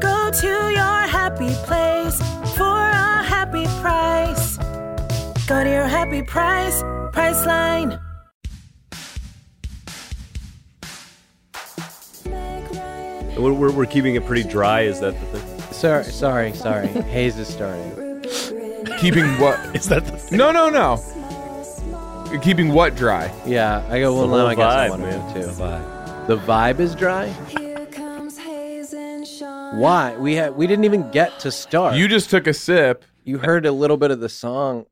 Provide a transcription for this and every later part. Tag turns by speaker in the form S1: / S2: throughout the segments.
S1: Go to your happy place for a happy price. Go to your happy price, Priceline.
S2: We're, we're, we're keeping it pretty dry. Is that the thing?
S3: Sorry, sorry, sorry. Haze is starting.
S4: Keeping what?
S2: Is that the thing?
S4: No, no, no. Keeping what dry?
S3: Yeah, I got one
S2: The
S3: line. I
S2: whole
S3: guess I
S2: vibe,
S3: want
S2: man.
S3: to do
S2: The
S3: too.
S2: vibe.
S3: The vibe is dry.
S5: Here comes haze and shine.
S3: Why? We had we didn't even get to start.
S4: You just took a sip.
S3: you heard a little bit of the song.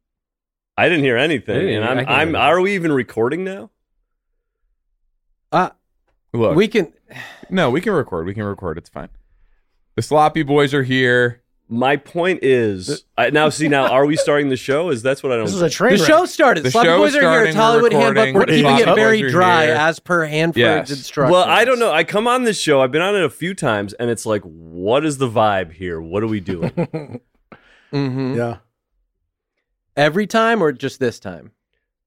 S2: I didn't hear anything.
S6: I didn't
S2: and
S6: hear-
S2: I'm,
S6: I can
S2: I'm,
S6: hear it.
S2: are we even recording now?
S3: Uh,
S4: Look,
S3: we can.
S4: no, we can record. We can record. It's fine. The sloppy boys are here.
S2: My point is, I, now see, now are we starting the show? Is that's what I don't.
S6: This is a train
S3: The
S6: wreck.
S3: show started.
S4: The
S3: Sloppy
S4: show
S3: Boys
S4: is
S3: are here.
S4: starting,
S3: It's Hollywood
S4: we're
S3: Handbook. We're
S4: recording.
S3: keeping it
S6: Sloppy
S3: very
S4: Boys are
S3: dry
S4: here.
S3: as per Hanford's
S4: Yes.
S3: instructions.
S2: well, I don't know. I come on this show. I've been on it a few times, and it's like, what is the vibe here? What are we doing?
S3: hmm
S6: Yeah.
S3: Every time or just this time?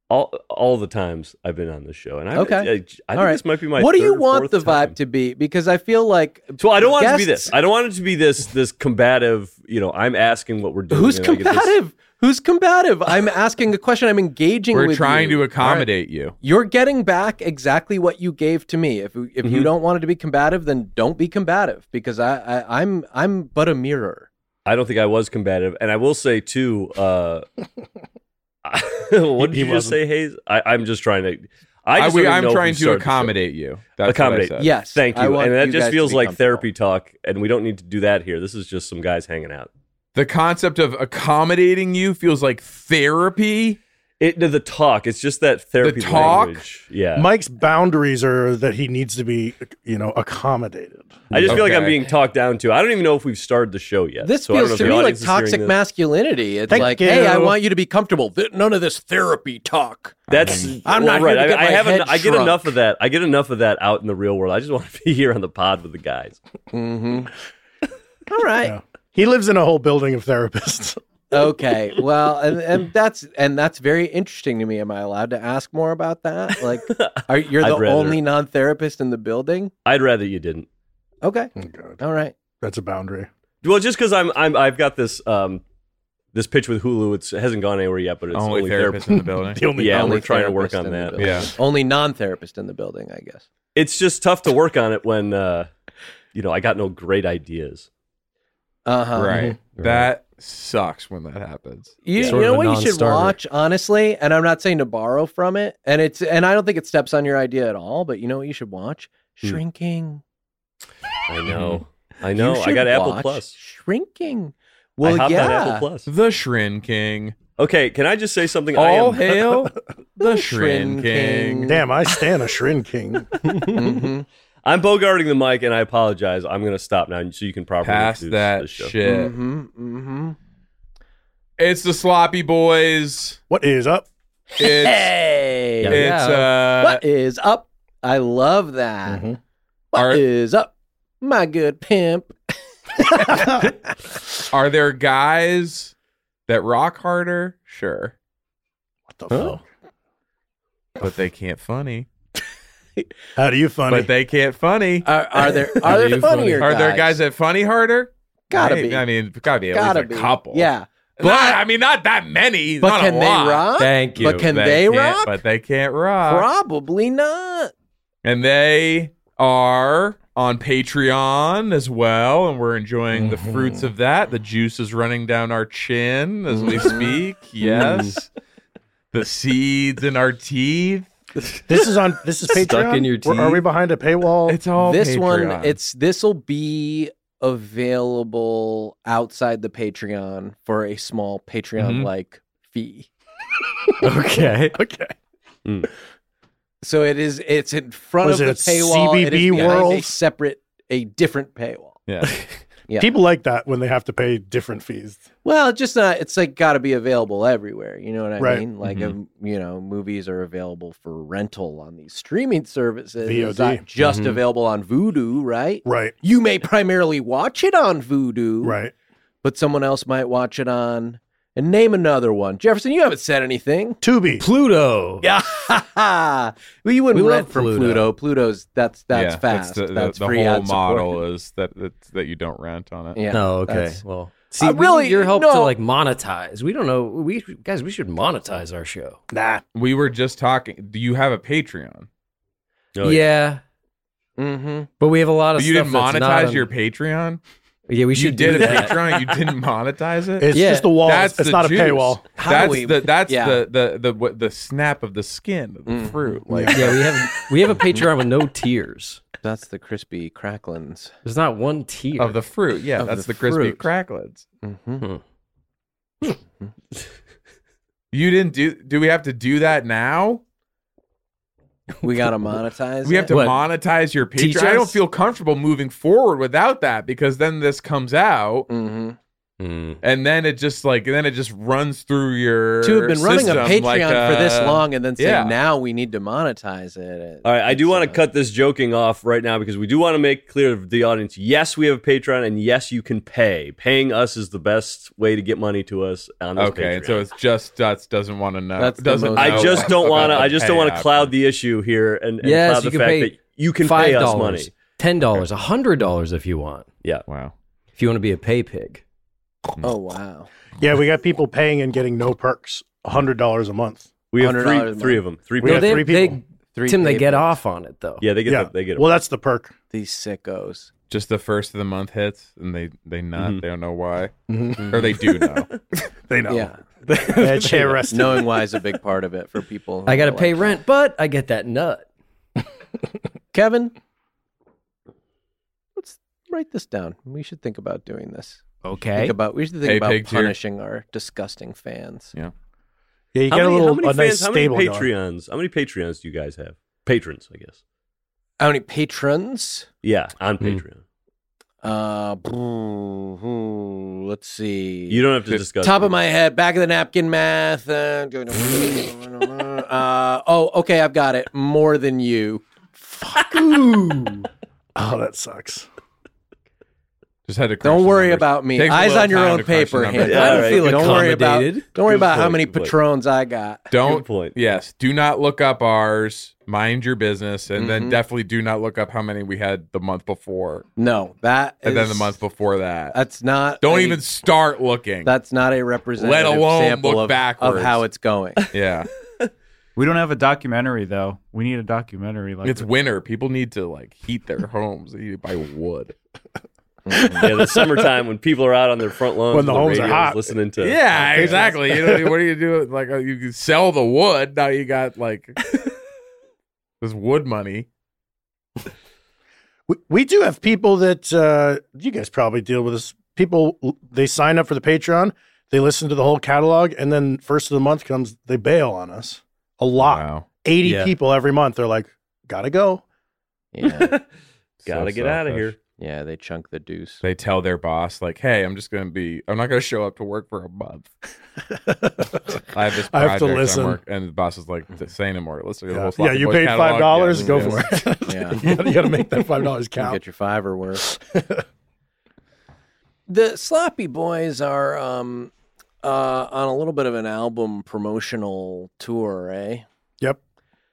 S2: all all the times I've been on this show, and I,
S3: Okay.
S2: I, I think
S3: All right.
S2: this might be my.
S3: what do you
S2: third or
S3: want
S2: fourth
S3: the vibe
S2: time.
S3: to be? Because I feel like
S2: So I don't want it to be
S3: guests-
S2: this. I don't want it to be this this combative. You know, I'm asking what we're doing.
S3: Who's
S2: and I get this-
S3: combative? Who's combative? I'm asking a question. I'm engaging.
S4: We're
S3: with you.
S4: trying to
S3: All right.
S4: accommodate you.
S3: You're getting back exactly what you gave to me. If if you
S2: Mhm.
S3: don't want it to be combative, then don't be combative because I, I I'm I'm but a mirror.
S2: I don't think I was combative, and I will say too. Uh, what did
S6: He- he
S2: you just
S6: wasn't.
S2: say, Hayes? I, I'm just trying to. I
S4: I
S2: just don't even
S4: am
S2: know
S4: trying
S2: who
S4: to
S2: started the show.
S4: accommodate you. That's
S2: Accommodate.
S4: What I said.
S3: Yes,
S2: Thank
S3: I
S2: you,
S3: want
S2: and that
S3: you guys
S2: just
S3: to
S2: feels
S3: be
S2: like
S3: comfortable.
S2: therapy talk, and we don't need to do that here. This is just some guys hanging out.
S4: The concept of accommodating you feels like therapy.
S2: It the talk. It's just that therapy
S4: talk?
S2: language. Yeah,
S6: Mike's boundaries are that he needs to be, you know, accommodated.
S2: I just feel like I'm
S4: Okay.
S2: being talked down to. I don't even know if we've started the show yet.
S3: This
S2: so I don't know
S3: feels
S2: if
S3: to
S2: the
S3: me like
S2: audience is hearing
S3: toxic
S2: this.
S3: masculinity. It's
S6: Thank
S3: like, hey, I
S6: you.
S3: want you to be comfortable. Th- None of this therapy talk.
S2: That's
S6: I'm
S2: well,
S6: not here
S2: right.
S6: to
S2: I,
S6: get
S2: I
S6: my
S2: have.
S3: head
S2: en- I get
S3: shrunk.
S2: enough of that. I get enough of that out in the real world. I just want to be here on the pod with the guys.
S3: hmm All right.
S6: Yeah. He lives in a whole building of therapists.
S3: okay well and, and that's and that's very interesting to me am i allowed to ask more about that like are you're the
S2: I'd rather-
S3: only non-therapist in the building
S2: I'd rather you didn't.
S3: okay
S2: Mm.
S6: Oh, God.
S3: all right
S6: That's a boundary.
S2: Well, just because I'm, I'm I've got this um this pitch with Hulu. It's, it hasn't gone anywhere yet, but it's
S4: Only, therapist in the building.
S6: The only
S2: Yeah,
S3: Only
S2: we're trying to
S3: therapist
S2: work on
S3: in the
S2: that.
S3: building.
S4: Yeah.
S3: only non-therapist in the building i guess
S2: It's just tough to work on it when uh, you know I got no great ideas.
S3: uh-huh
S4: right. That sucks when that happens.
S3: you, you
S6: Sort of
S3: know
S6: a
S3: what you should
S6: non-starter.
S3: watch honestly and i'm not saying to borrow from it and it's and i don't think it steps on your idea at all but you know what you should watch
S2: Hmm.
S3: shrinking
S2: I know. Mm-hmm. I
S3: You
S2: know. I
S3: should
S2: got Apple
S3: watch
S2: Plus. I
S3: shrinking well
S2: hopped
S3: yeah
S2: on Apple Plus.
S4: The Shrin King.
S2: Okay, can I just say something? I
S4: All
S2: am,
S4: hail the
S3: Shrin
S4: Shrin
S3: King.
S4: King.
S6: Damn, I stand a Shrin King.
S3: Mhm.
S2: I'm bogarting the mic, and I apologize. I'm going to stop now, so you can properly
S4: Pass
S2: introduce
S4: that
S2: this show.
S4: shit.
S3: Mm-hmm, mm-hmm.
S4: It's the sloppy boys.
S6: What is up?
S4: It's
S3: Hey,
S4: it's
S3: yeah.
S4: uh
S3: what is up? I love that. What is
S6: Mhm.
S4: Are-
S3: up, my good pimp?
S4: are there guys that rock harder? Sure.
S6: What the
S3: Huh?
S6: fuck?
S4: But they can't funny.
S6: How do you funny?
S4: But they can't funny.
S3: Are, are there
S6: Are
S3: are there
S6: you
S3: funnier?
S4: Are there guys that funny harder?
S3: Gotta
S4: Hey,
S3: be.
S4: I mean, gotta be at
S3: gotta
S4: least
S3: be
S4: a couple.
S3: Yeah,
S4: But I mean not that many.
S3: but
S4: not a
S3: can they
S4: lot.
S3: rock?
S4: Thank you.
S3: But can they
S4: can't-
S3: rock?
S4: But they can't
S6: Uh,
S4: rock.
S3: Probably not.
S4: And they are on Patreon as well, and we're enjoying the fruits of that. The juice is running down our chin as we speak. Yes. the seeds in our teeth.
S6: this is on. This is Patreon.
S7: in your
S6: We're- Are
S7: teeth.
S6: we behind a paywall?
S4: It's all
S3: this
S4: Patreon.
S3: one, it's this will be available outside the Patreon for a small
S6: Mm-hmm.
S3: Patreon like fee.
S7: Okay.
S6: okay.
S3: So it is. It's in front
S6: Was
S3: of
S6: it
S3: the
S6: a
S3: paywall. it is
S6: CBB
S3: behind a
S6: world?
S3: separate, a different paywall.
S4: yeah.
S3: Yeah.
S6: People like that when they have to pay different fees.
S3: Well, it's just not. It's like got to be available everywhere. You know what I
S6: Right. Mm-hmm.
S3: mean? Like, um, you know, movies are available for rental on these streaming services. It's
S6: VOD.
S3: not just
S2: Mhm.
S3: available on Vudu, right?
S6: Mm-hmm. Right.
S3: You may primarily watch it on Vudu,
S6: Right.
S3: But someone else might watch it on. And name another one, Jefferson. You haven't said anything.
S6: Tubi.
S7: Pluto.
S3: Yeah, well, you wouldn't
S7: We
S3: rent
S7: love
S3: from Pluto.
S7: Pluto.
S3: Pluto's that's that's
S4: Yeah,
S3: fast.
S4: the, the-
S3: that's
S4: the
S3: free
S4: whole
S3: ad supported.
S4: model is that it's, that you don't rent on it.
S3: Yeah.
S7: No, Oh, okay.
S3: that's-
S7: Well, see,
S3: Oh, I
S7: we
S3: really-
S7: need your help to
S3: no.
S7: like monetize. We don't know. We guys, we should monetize our show.
S6: Nah.
S4: We were just talking. Do you have a Patreon?
S2: Oh,
S7: yeah.
S3: Mm-hmm.
S7: but we have a lot of.
S4: But you
S7: stuff
S4: didn't
S7: that's not
S4: monetize
S7: on-
S4: your Patreon.
S7: Yeah, we
S4: You
S7: should do
S4: did a
S7: that.
S4: Patreon. You didn't monetize it.
S6: It's
S7: Yeah.
S6: just a wall.
S4: That's
S6: it's
S4: the
S6: not
S4: juice.
S6: a paywall.
S3: How
S4: That's
S3: we-
S4: the that's
S3: yeah.
S4: the the the what, the snap of the skin of the
S3: Mm.
S4: fruit. Like
S7: yeah, we have we have a Patreon with no tiers.
S3: That's the crispy cracklins.
S7: There's not one tier
S4: of the fruit. Yeah,
S3: Of
S4: that's
S3: the
S4: the, crispy
S3: fruit.
S4: cracklets.
S3: Mm-hmm.
S4: You didn't do. Do we have to do that now?
S3: We gotta monetize.
S4: We have
S3: it?
S4: to
S7: What?
S4: monetize your
S7: Teach
S4: Patreon. I don't
S7: us?
S4: feel comfortable moving forward without that because then this comes out
S3: Mhm.
S7: Mm.
S4: and then it just like then it just runs through your
S3: To have been running a Patreon
S4: system like
S3: for this
S4: a-
S3: long and then say
S4: yeah. Oh,
S3: now we need to monetize it.
S2: All right, I do
S3: It's,
S2: want
S3: uh,
S2: to cut this joking off right now because we do want to make clear to the audience yes, we have a Patreon and yes, you can pay. Paying us is the best way to get money to us on this
S4: Okay, and
S2: Patreon.
S4: so it's just Dutz doesn't want to know.
S3: That's the
S4: doesn't
S3: most-
S4: know
S2: I just don't
S4: about
S2: want to.
S4: the
S2: I just don't want to
S4: payout.
S2: cloud the issue here and, and
S7: Yes,
S2: cloud
S7: you
S2: the
S7: can
S2: fact
S7: pay
S2: that you can
S7: Five
S2: pay us money.
S7: dollars, ten dollars, a hundred dollars if you want.
S2: Yeah,
S4: Wow.
S7: If you want to be a pay pig,
S3: Oh wow.
S6: Yeah, we got people paying and getting no perks. hundred dollars a month.
S2: we have
S3: $100 a
S2: three, three of them. Three
S6: We
S2: people.
S6: have
S7: they,
S6: three
S7: they-
S6: people.
S3: Three
S7: Tim, they get
S3: tables.
S7: off on it though.
S2: yeah, they get.
S6: yeah.
S2: The, they get. a-
S6: well, that's the perk.
S3: These sickos.
S4: Just the first of the month hits, and they they not.
S2: Mhm.
S4: They don't know why,
S2: Mm-hmm.
S4: or they do know.
S6: They know.
S3: Yeah.
S6: They're terrorists.
S3: Knowing why is a big part of it for people. who
S7: I got to
S3: are
S7: pay
S3: like,
S7: rent, but I get that nut.
S3: Kevin. Let's write this down. We should think about doing this.
S7: Okay.
S3: Think about we should think
S4: Hey,
S3: about
S4: pig tier.
S3: punishing our disgusting fans.
S4: yeah.
S6: Yeah, you
S2: how,
S6: get
S2: many,
S6: a little
S2: how many
S6: a
S2: fans?
S6: nice
S2: how many
S6: stable. going.
S2: Patreons? How many Patreons do you guys have? Patrons, I guess.
S3: How many patrons?
S2: Yeah, on
S6: Hmm.
S7: Mm.
S2: Patreon.
S3: Uh, hmm, let's see.
S2: You don't have to
S4: Fif-
S2: discuss.
S3: Top
S2: it.
S3: of my head, back of the napkin math. Uh, uh, oh, okay, I've got it. More than you.
S6: Oh, that sucks.
S4: Just had to. crunch
S3: Don't
S4: the
S3: worry
S4: numbers.
S3: about me.
S4: Takes a
S3: Eyes
S4: little
S3: on your
S4: time
S3: own
S4: to crunch the
S3: paper.
S4: numbers.
S3: Hank.
S2: Yeah, all right.
S7: Good
S3: don't worry about.
S7: accommodated.
S3: Don't worry
S2: Good
S3: about how
S2: point,
S3: many
S2: good point.
S3: patrons I got.
S4: Don't
S2: Good point.
S4: Yes, do not look up ours. Mind your business, and
S3: Mhm.
S4: then definitely do not look up how many we had the month before,
S3: No, that
S4: and then the
S3: is-
S4: month before that.
S3: That's not.
S4: Don't
S3: a-
S4: even start looking.
S3: That's not a representative
S4: alone
S3: sample
S4: look
S3: of,
S4: backwards.
S3: of how it's going.
S4: yeah,
S8: We don't have a documentary though. We need a documentary. Like
S4: it's winter. People need to like heat their homes. They need to buy wood.
S2: yeah, the summertime when people are out on their front lawns,
S6: When the
S2: with
S6: homes are
S2: radios
S6: hot.
S2: listening to.
S4: Yeah, exactly. You know, what do you do? Like uh, you can sell the wood. Now you got like this wood money.
S6: We, we do have people that uh, you guys probably deal with this. People they sign up for the Patreon, they listen to the whole catalog, and then first of the month comes they bail on us a lot.
S4: Wow.
S6: 80
S7: Yeah.
S6: people every month are like, gotta go.
S3: Yeah,
S2: Gotta
S4: So
S2: get out of
S4: selfish.
S2: here.
S3: yeah, they chunk the deuce.
S4: They tell their boss like, "Hey, I'm just going to be. I'm not going to show up to work for a month. I have this.
S6: I have to
S4: project I'm
S6: listen.
S4: work-" And the boss is like, "Say no more. Let's do the
S6: Yeah,
S4: whole Sloppy
S6: you
S4: Boys
S6: paid
S4: catalog.
S6: five dollars.
S4: Yeah,
S6: Go
S4: yeah.
S6: for it.
S3: Yeah.
S6: you, gotta, you gotta make that five dollars
S3: You
S6: count.
S3: Get your five or worse. the Sloppy Boys are um, uh, on a little bit of an album promotional tour, eh?
S6: Yep.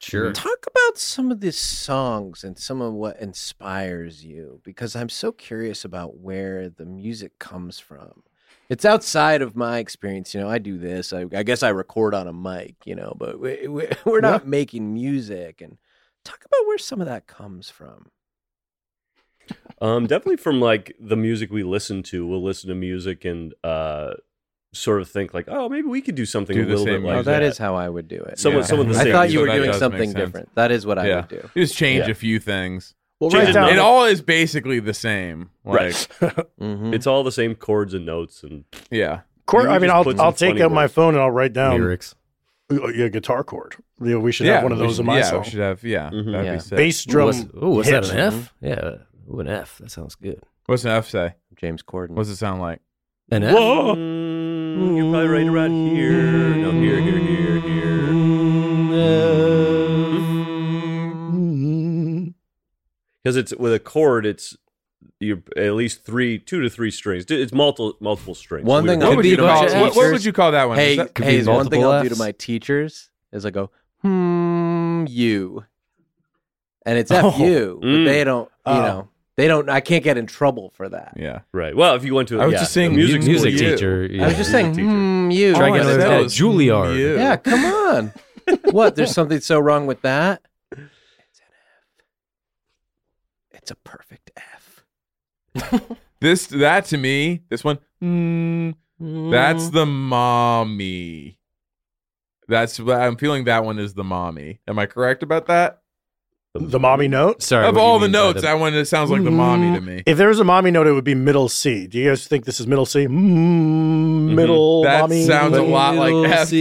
S7: Sure.
S3: Talk about some of these songs and some of what inspires you, because I'm so curious about where the music comes from. It's outside of my experience, you know. I do this. I, I guess I record on a mic, you know, but we, we, we're not making music. And talk about where some of that comes from.
S2: Um, definitely from like the music we listen to. We'll listen to music and uh, sort of think like, oh, maybe we could do something a
S4: Do the
S2: little bit
S4: same
S2: like
S3: oh,
S4: music.
S3: that is how I would do it.
S2: Some of-
S4: Yeah.
S2: some of the
S3: I
S2: same.
S3: thought
S2: music.
S3: you were
S4: So that
S3: doing
S4: does make
S3: something
S4: sense.
S3: different. That is what I
S4: Yeah.
S3: would do.
S4: You just change
S2: Yeah.
S4: a few things.
S6: Well,
S2: Change
S6: right
S2: it
S6: down.
S4: It all is basically the same. Like,
S2: Right.
S4: Mm-hmm.
S3: Mhm.
S2: It's all the same chords and notes and
S4: Yeah.
S6: Cor-
S2: you
S6: I mean,
S2: just
S6: I'll
S2: put
S6: I'll
S2: some
S6: take
S2: funny
S6: out my
S2: words.
S6: phone and I'll write down
S7: Lyrics.
S6: uh, yeah, guitar chord. You know, we should have one of
S4: we
S6: those
S4: should-
S6: in my Mm-hmm.
S4: yeah,
S6: song.
S4: We should have. Yeah.
S2: Mhm.
S4: That'd
S3: Yeah.
S4: be sick.
S6: Bass drum.
S7: Oh, what's that?
S6: hit.
S7: An F? Yeah. Ooh, an F. That sounds good.
S4: What's an F say?
S3: James Corden.
S4: What's it sound like?
S3: An F?
S4: Oh.
S2: Whoa! "Mm, you're probably right around here. No, here, here, here,
S3: Mm-hmm.
S2: here. Because it's with a chord, it's you at least three, two to three strings. It's multiple multiple strings.
S3: One thing
S4: What
S3: I'll
S4: would
S3: do
S4: you
S3: to my
S4: call- what- what
S3: teachers.
S4: would you call that one?
S3: Hey,
S4: Is that-
S7: could
S3: hey,
S7: be
S3: one thing
S7: multiple
S3: I'll do to
S7: Fs?
S3: my teachers is I go, hmm, you. And it's F you, but
S2: Mm.
S3: they don't, you
S6: Oh.
S3: know, they don't, I can't get in trouble for that.
S4: yeah.
S2: right. Well, if you went to
S4: I was
S2: yeah,
S4: just saying
S2: a music,
S4: mu-
S2: school,
S4: music
S2: you-
S7: teacher.
S3: I was just saying,
S2: Teacher.
S3: hmm, you.
S7: Try
S4: All
S7: again
S4: I
S7: at-
S4: said
S7: at
S4: was,
S7: Juilliard.
S4: "You."
S3: Yeah, come on. what? There's something so wrong with that? It's an F. It's a perfect F.
S4: This that to me, this one, mm,
S3: Mm-hmm.
S4: that's the mommy. That's I'm feeling that one is the mommy. Am I correct about that?
S6: The mommy note.
S7: Sorry.
S4: of
S7: what do you
S4: all the
S7: mean by
S4: notes, that one it sounds like the
S3: Mm-hmm.
S4: mommy to me.
S6: If there was a mommy note, it would be middle C. Do you guys think this is middle C? Mm, middle
S4: That
S6: mommy.
S4: sounds a lot like
S7: Middle
S4: F to me.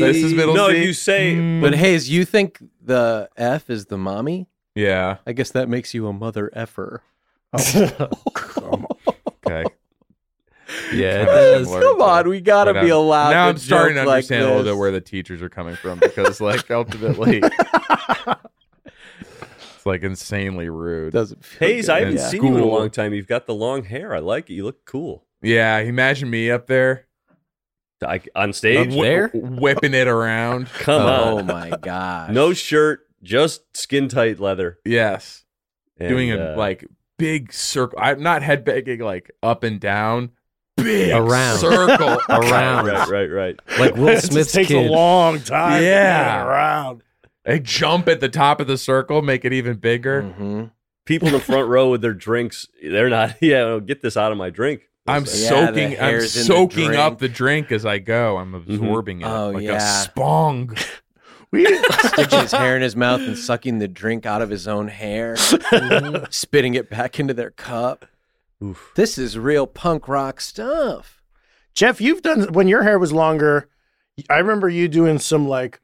S7: C.
S4: This is middle
S2: No,
S4: C. Mm.
S2: you say,
S3: But Hayes, you think the F is the mommy?
S4: yeah.
S3: I guess that makes you a mother effer.
S4: Okay.
S7: Yeah,
S4: Kinda
S7: it does.
S4: similar
S3: Come
S4: to-
S3: on, we gotta be
S4: whatever.
S3: allowed.
S4: Now
S3: to
S4: I'm starting to
S3: joke like
S4: understand a little
S3: this.
S4: bit where the teachers are coming from because, like, ultimately, it's like insanely rude.
S3: doesn't feel
S2: Hayes,
S3: good.
S2: I haven't
S4: Yeah.
S2: seen you in a
S4: School.
S2: long time. You've got the long hair. I like it. You look cool.
S4: yeah, imagine me up there
S2: I, on stage?
S7: Up there?
S4: whipping it around.
S2: Come
S3: Oh
S2: on.
S3: my gosh.
S2: Uh, No shirt, just skin tight leather.
S4: Yes,
S2: And,
S4: doing a
S2: uh,
S4: like big circle. I'm not head banging like up and down. Big
S7: Around.
S4: circle
S7: Around.
S2: Right, right, right.
S7: Like Will
S6: It
S7: Smith's
S6: just takes
S7: kid.
S6: a long time. to get
S4: Yeah.
S6: around.
S4: I jump at the top of the circle, make it even bigger.
S3: Mhm.
S2: People in the front row with their drinks, they're not, yeah, oh, get this out of my drink.
S4: I'm
S2: It's
S3: Yeah, the
S4: soaking. I'm
S3: hairs in the
S4: soaking
S3: drink.
S4: up the drink as I go. I'm absorbing it
S3: Oh,
S4: like a
S3: yeah.
S4: spong.
S6: We,
S3: Sticking his hair in his mouth and sucking the drink out of his own hair, spitting it back into their cup.
S2: Oof.
S3: This is real punk rock stuff.
S6: Jeff, you've done when your hair was longer. I remember you doing some like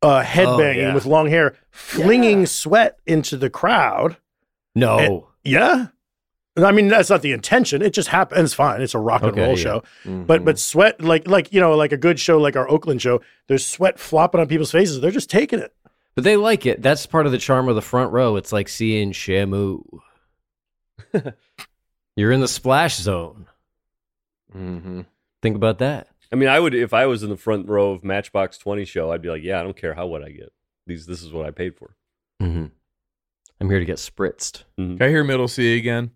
S6: uh, headbanging
S7: yeah.
S6: with long hair, flinging sweat into the crowd.
S7: No.
S6: It- yeah. I mean, that's not the intention. It just happens. It's fine. It's a rock and
S7: Okay,
S6: roll
S7: yeah. Mm-hmm.
S6: show. But but sweat like like you know like a good show like our Oakland show. There's sweat flopping on people's faces. They're just taking it.
S7: But they like it. That's part of the charm of the front row. It's like seeing Shamu. You're in the splash zone. Mm-hmm.
S3: Mhm.
S7: Think about that.
S2: I mean, I would, if I was in the front row of Matchbox 20 show, I'd be like, yeah, I don't care how what I get. These, this is what I paid for.
S7: Mm-hmm. I'm here to get spritzed.
S4: Can I hear middle C again?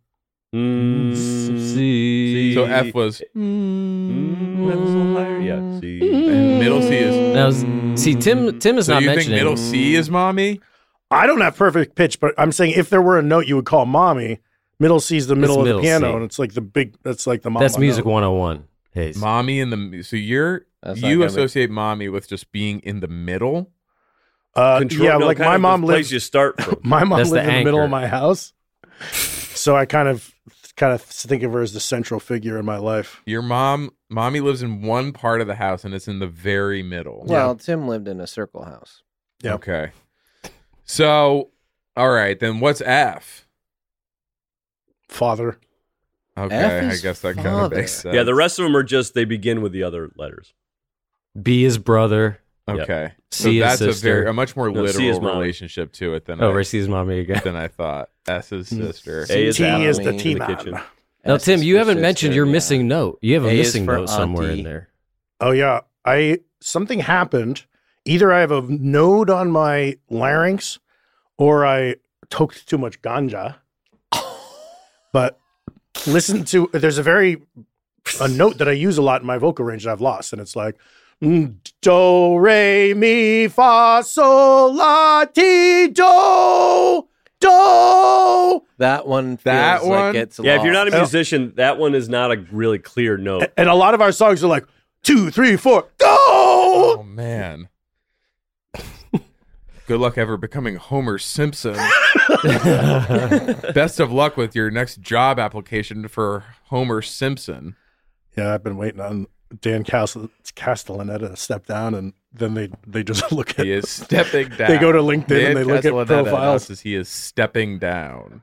S2: Hmm.
S3: Mm,
S7: Mm-hmm.
S2: C.
S4: So F was
S2: Mm, that's a little higher. Yeah,
S6: Mm.
S2: C.
S4: and middle C is.
S7: Now, s- see, Tim. Tim is
S4: So
S7: Mm. not
S4: you think
S7: mentioning.
S4: middle C is mommy?
S6: I don't have perfect pitch, but I'm saying if there were a note you would call mommy, middle C is the middle of
S7: middle
S6: the piano,
S7: C.
S6: and it's like the big. That's like the mama
S7: that's music
S6: note.
S7: 101. Hayes.
S4: Mommy in the so you're
S3: That's not
S4: you
S3: gonna be-
S4: associate mommy with just being in the middle.
S6: Uh,
S2: Control,
S6: yeah,
S2: no,
S6: like
S2: kind
S6: my
S2: of
S6: mom
S2: the place
S6: lives.
S2: you start from.
S6: My mom
S7: That's the
S6: lived in the middle
S7: anchor.
S6: of my house, so I kind of kind of think of her as the central figure in my life.
S4: Your mom, mommy lives in one part of the house and it's in the very middle.
S3: Well, Tim lived in a circle house.
S6: yeah.
S4: Okay. So, all right, then what's F?
S6: Father,
S4: Okay,
S3: F
S4: I
S3: is
S4: guess that kind of
S3: father.
S4: makes sense.
S2: yeah, the rest of them are just, they begin with the other letters.
S7: B is brother.
S4: Okay. So
S7: C is
S4: that's a
S7: sister.
S4: very a much more
S2: No, C is
S4: literal
S2: mommy.
S4: relationship to it than
S7: Oh,
S4: I-
S7: Ray sees mommy again.
S4: than I thought. S's
S7: Mm.
S4: sister.
S2: A is
S6: T
S2: Adam
S6: is the
S3: in the
S6: T
S2: kitchen.
S6: man.
S7: Now,
S3: That's
S7: Tim,
S3: his
S7: you haven't
S3: sister,
S7: mentioned your
S3: yeah.
S7: missing note. You have a
S3: A is
S7: missing
S3: for
S7: note somewhere
S3: auntie.
S7: in there.
S6: Oh yeah, I something happened. Either I have a node on my larynx, or I toked too much ganja. but listen to there's a very a note that I use a lot in my vocal range that I've lost, and it's like mm, do re mi fa sol la ti do do,
S3: That one. Feels
S4: That one?
S3: Like it's
S2: Yeah, if you're not a
S3: lost.
S2: musician, that one is not a really clear note.
S6: and a lot of our songs are like two, three, four, do.
S4: Oh man. Good luck ever becoming Homer Simpson. Best of luck with your next job application for Homer Simpson.
S6: Yeah, I've been waiting on Dan Castle, Castellaneta to step down, and then they they just look at
S4: He is stepping down.
S6: They go to LinkedIn and they look at
S4: Castellaneta
S6: profiles.
S4: announces He is stepping down.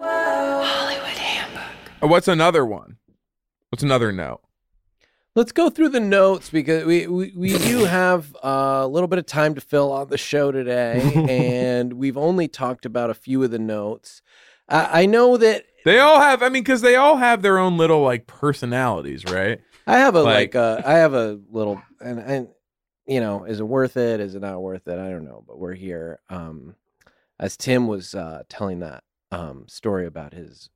S4: Hollywood Handbook. Oh, What's another one? What's another note?
S3: Let's go through the notes because we, we, we do have a little bit of time to fill on the show today, and we've only talked about a few of the notes. I, I know that
S4: They all have, I mean, because they all have their own little like personalities, right?
S3: I have a like,
S4: Like-
S3: uh, I have a little and and you know is it worth it? Is it not worth it? I don't know, but we're here. Um, as Tim was uh, telling that um, story about his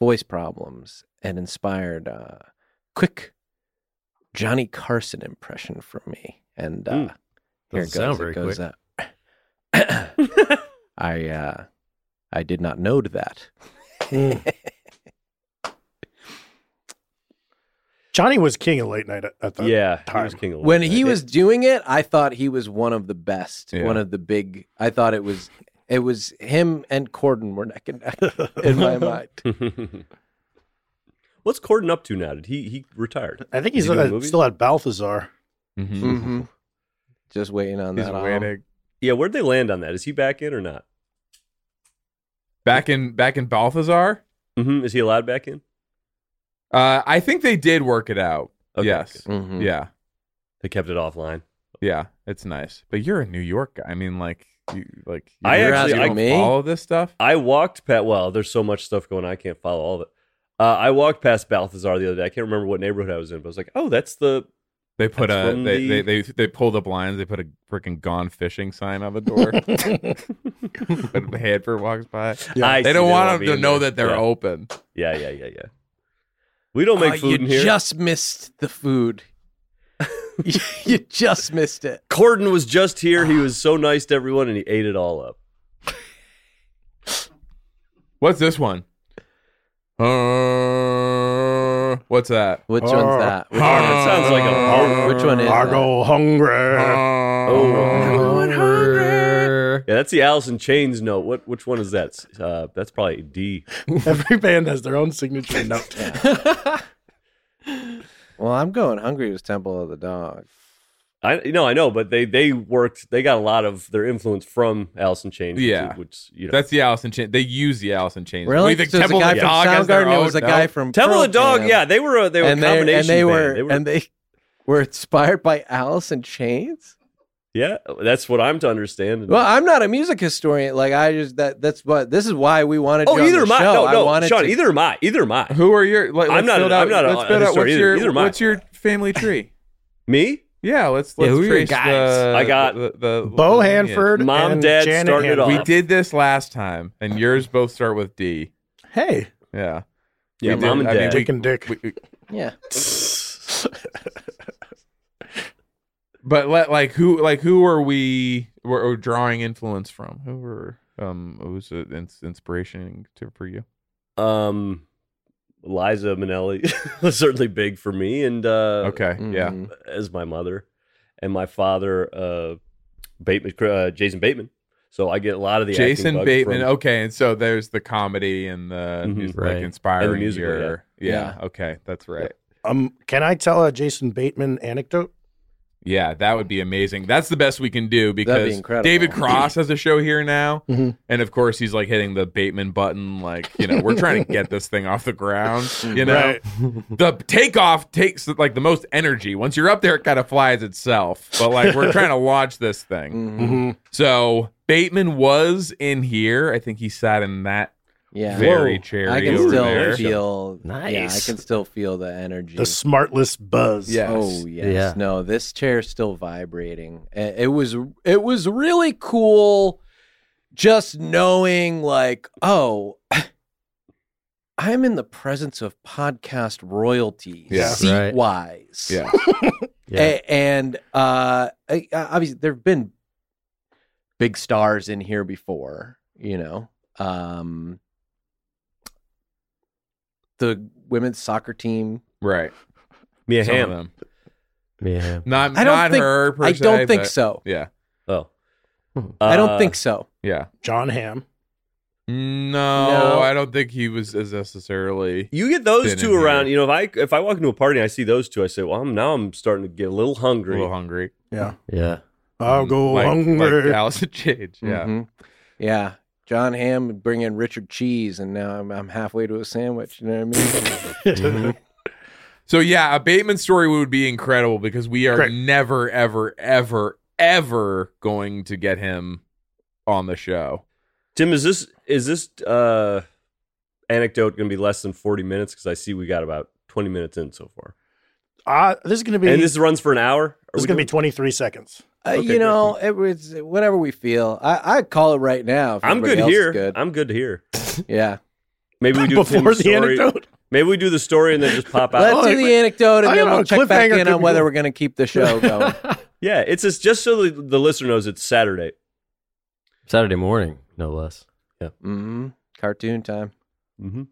S3: voice problems and inspired uh, quick Johnny Carson impression from me, and uh, here it
S7: Hmm. Doesn't sound
S3: goes.
S7: very
S3: It goes
S7: quick.
S3: uh, I uh, I did not know that.
S6: Johnny was king of late night at, at that
S2: Yeah, he
S6: time.
S2: was king of
S3: when he was doing it i thought he was one of the best
S2: Yeah.
S3: one of the big i thought it was it was him and corden were neck and neck in my mind
S2: What's Corden up to now? Did he he retired?
S6: I think
S2: Is
S6: he's
S2: he doing
S6: uh,
S2: movies?
S6: still at Balthazar.
S2: Mm-hmm.
S3: Mhm. just waiting on that album.
S2: Yeah, where'd they land on that? Is he back in or not?
S4: Back in back in Balthazar?
S2: Mm-hmm. Is he allowed back in?
S4: Uh, I think they did work it out. yes.
S3: Mhm.
S4: Yeah.
S2: They kept it offline.
S4: Yeah. It's nice. But you're a New York guy. I mean, like, you, like
S2: I
S4: you're
S2: actually
S4: asking
S2: I,
S4: me? follow this stuff.
S2: I walked past. Well, there's so much stuff going. on. I can't follow all of it. Uh, I walked past Balthazar the other day. I can't remember what neighborhood I was in, but I was like, "Oh, that's the."
S4: They put
S2: that's
S4: a
S2: from
S4: they,
S2: the-
S4: they they they pull the blinds. They put a freaking gone fishing sign on the door. when Hanford walks by,
S2: I
S4: they
S2: see,
S4: don't
S2: wanna
S4: want them
S2: be
S4: to
S2: in
S4: know
S2: there.
S4: that they're
S2: Yeah.
S4: open.
S2: Yeah, yeah, yeah, yeah. We don't
S4: Uh,
S2: make
S3: Oh,
S2: food
S3: you
S2: in here.
S3: just missed the food you, you just missed it
S2: Corden was just here.
S4: Ah.
S2: He was so nice to everyone, and he ate it all up.
S4: What's this one? Uh, what's that?
S3: which one's that which,
S2: Oh, that sounds like a
S3: which one is
S6: I
S3: that?
S6: go hungry.
S2: Yeah, that's the Alice in Chains note. What? Which one is that? Uh, that's probably D.
S6: Every band has their own signature note.
S3: well i'm going hungry was temple of the dog
S2: I no, I know, but they they worked. They got a lot of their influence from Alice in Chains. which-
S4: Yeah.
S2: which, you know.
S4: That's the Allison Chain. They use the Allison Chain.
S3: Really?
S4: We think
S3: So it was
S4: Temple
S3: a
S4: of
S3: guy
S4: the
S3: from
S4: Dog has their
S3: Soundgarden. It
S4: own-
S3: was a
S4: no?
S3: guy from
S2: Temple
S3: Pearl
S2: of the Dog.
S3: Jam.
S2: Yeah, they were a, they were a
S3: and they,
S2: combination
S3: and they
S2: band.
S3: were,
S2: They were-
S3: and they were inspired by Alice in Chains.
S2: yeah, that's what I'm to understand.
S3: Well, I'm not a music historian. Like I just that that's what this is why we wanted.
S2: oh,
S3: you on
S2: either
S3: the
S2: am I.
S3: show.
S2: No,
S3: I
S2: no,
S3: wanted
S2: Sean.
S3: to-
S2: Either am I. Either am I.
S4: Who are your? Let,
S2: I'm
S4: let's
S2: not a-
S4: build out-
S2: I'm not a-
S4: Let's build
S2: a
S4: out what's
S2: historian
S4: your
S2: either. Either am I.
S4: what's your family tree?
S2: Me?
S4: Yeah, let's
S7: Yeah,
S4: let's
S7: who are your
S4: trace
S7: guys?
S4: the-
S2: I got
S4: the, the,
S6: Bo
S4: the
S6: Hanford,
S2: Mom,
S6: and
S2: Dad
S6: Janet
S2: started
S6: Hanford.
S4: lineage.
S2: off.
S4: We did this last time, and yours both start with D.
S6: Hey,
S4: Yeah,
S2: Yeah,
S4: we
S2: mom
S4: did-
S2: and
S4: I mean,
S2: dad.
S6: Dick and Dick.
S4: We- we-
S3: Yeah,
S4: but let, like who like who are we we're, we're drawing influence oh, from? Who were um who's an ins- inspiration to for you?
S2: Um, Liza Minnelli was certainly big for me, and uh,
S4: Okay, yeah. Mhm.
S2: as my mother and my father, uh, Bateman, uh, Jason Bateman. So I get a lot of the acting
S4: Jason
S2: bugs
S4: Bateman.
S3: Oh,
S2: from-
S4: Okay, and so there's the comedy and the
S2: Mhm.
S4: music,
S2: Right.
S4: like inspiring
S2: And the musical,
S4: your-
S2: yeah.
S4: yeah.
S2: Yeah.
S4: Okay, that's right.
S6: Um, can I tell a Jason Bateman anecdote?
S4: Yeah, that would be amazing. That's the best we can do
S6: be
S4: because
S6: incredible.
S4: David Cross has a show here now,
S6: Mhm.
S4: and of course he's like hitting the Bateman button, like you know we're trying to get this thing off the ground. You know,
S6: Right.
S4: the takeoff takes like the most energy. Once you're up there, it kind of flies itself. But like we're trying to launch this thing.
S3: Mm.
S4: Mm-hmm.
S6: Mhm.
S4: So Bateman was in here. I think he sat in that
S3: Yeah.
S4: very
S3: Whoa.
S4: cherry.
S3: I can
S4: over
S3: still
S4: there.
S3: feel. Yeah, I can still feel the energy.
S6: The smartless buzz.
S3: Yes. Oh yes.
S6: Yeah.
S3: No, this chair's still vibrating. I- It was it was really cool just knowing like, oh, I'm in the presence of podcast royalty
S9: Yeah.
S3: seat
S9: Right.
S3: wise.
S9: Yeah.
S3: A- and uh I- I- obviously there've been big stars in here before, you know. Um the women's soccer team.
S4: Right.
S2: Mia
S3: Some of
S2: Hamm.
S3: them.
S7: Yeah.
S4: Not,
S3: I don't
S4: not
S3: think-
S4: her. per
S3: I
S4: se,
S3: don't think
S4: but-
S3: so.
S4: Yeah.
S2: Oh.
S3: I don't think so.
S4: Yeah.
S6: John Hamm.
S4: No,
S2: No.
S4: I don't think he was as necessarily.
S2: You get those
S4: been
S2: two
S4: in here.
S2: around. You know, if I if I walk into a party and I see those two, I say, "Well, I'm, now I'm starting to get a little hungry."
S4: A little hungry.
S6: Yeah.
S7: Yeah.
S6: I'll go
S4: Mm-hmm. Like-
S6: hungry.
S4: Like Alice in Chains. Yeah.
S3: Mhm. Yeah. John Hamm would bring in Richard Cheese, and now I'm, I'm halfway to a sandwich. You know what I Uh, mean?
S4: So yeah, a Bateman story would be incredible because we are never, ever, ever, ever going to get him on the show.
S2: Tim, is this is this uh, anecdote going to be less than forty minutes? Because I see we got about twenty minutes in so far,
S6: Uh, this is going to be.
S2: and this runs for an hour. Are
S6: this is
S2: we
S6: going to
S2: doing-
S6: be 23 seconds.
S3: Uh, you know, it was whatever we feel. I, I call it right now. if
S2: I'm
S3: everybody
S2: good
S3: else is
S2: here.
S3: Good.
S2: I'm good here.
S3: Yeah.
S2: Maybe we do
S3: Before
S2: Tim's
S3: the
S2: story.
S3: anecdote?
S2: Maybe we do the story and then just pop out.
S3: Let's do the anecdote,
S6: Oh, I
S3: and then
S6: got
S3: we'll
S6: a
S3: check back
S6: cliffhanger
S3: in
S6: to
S3: on whether
S6: go.
S3: we're going to keep the show going.
S2: yeah, it's just, just so the, the listener knows it's Saturday.
S7: Saturday morning, no less.
S2: Yeah.
S3: Mm-hmm. Cartoon time.
S2: Mm-hmm.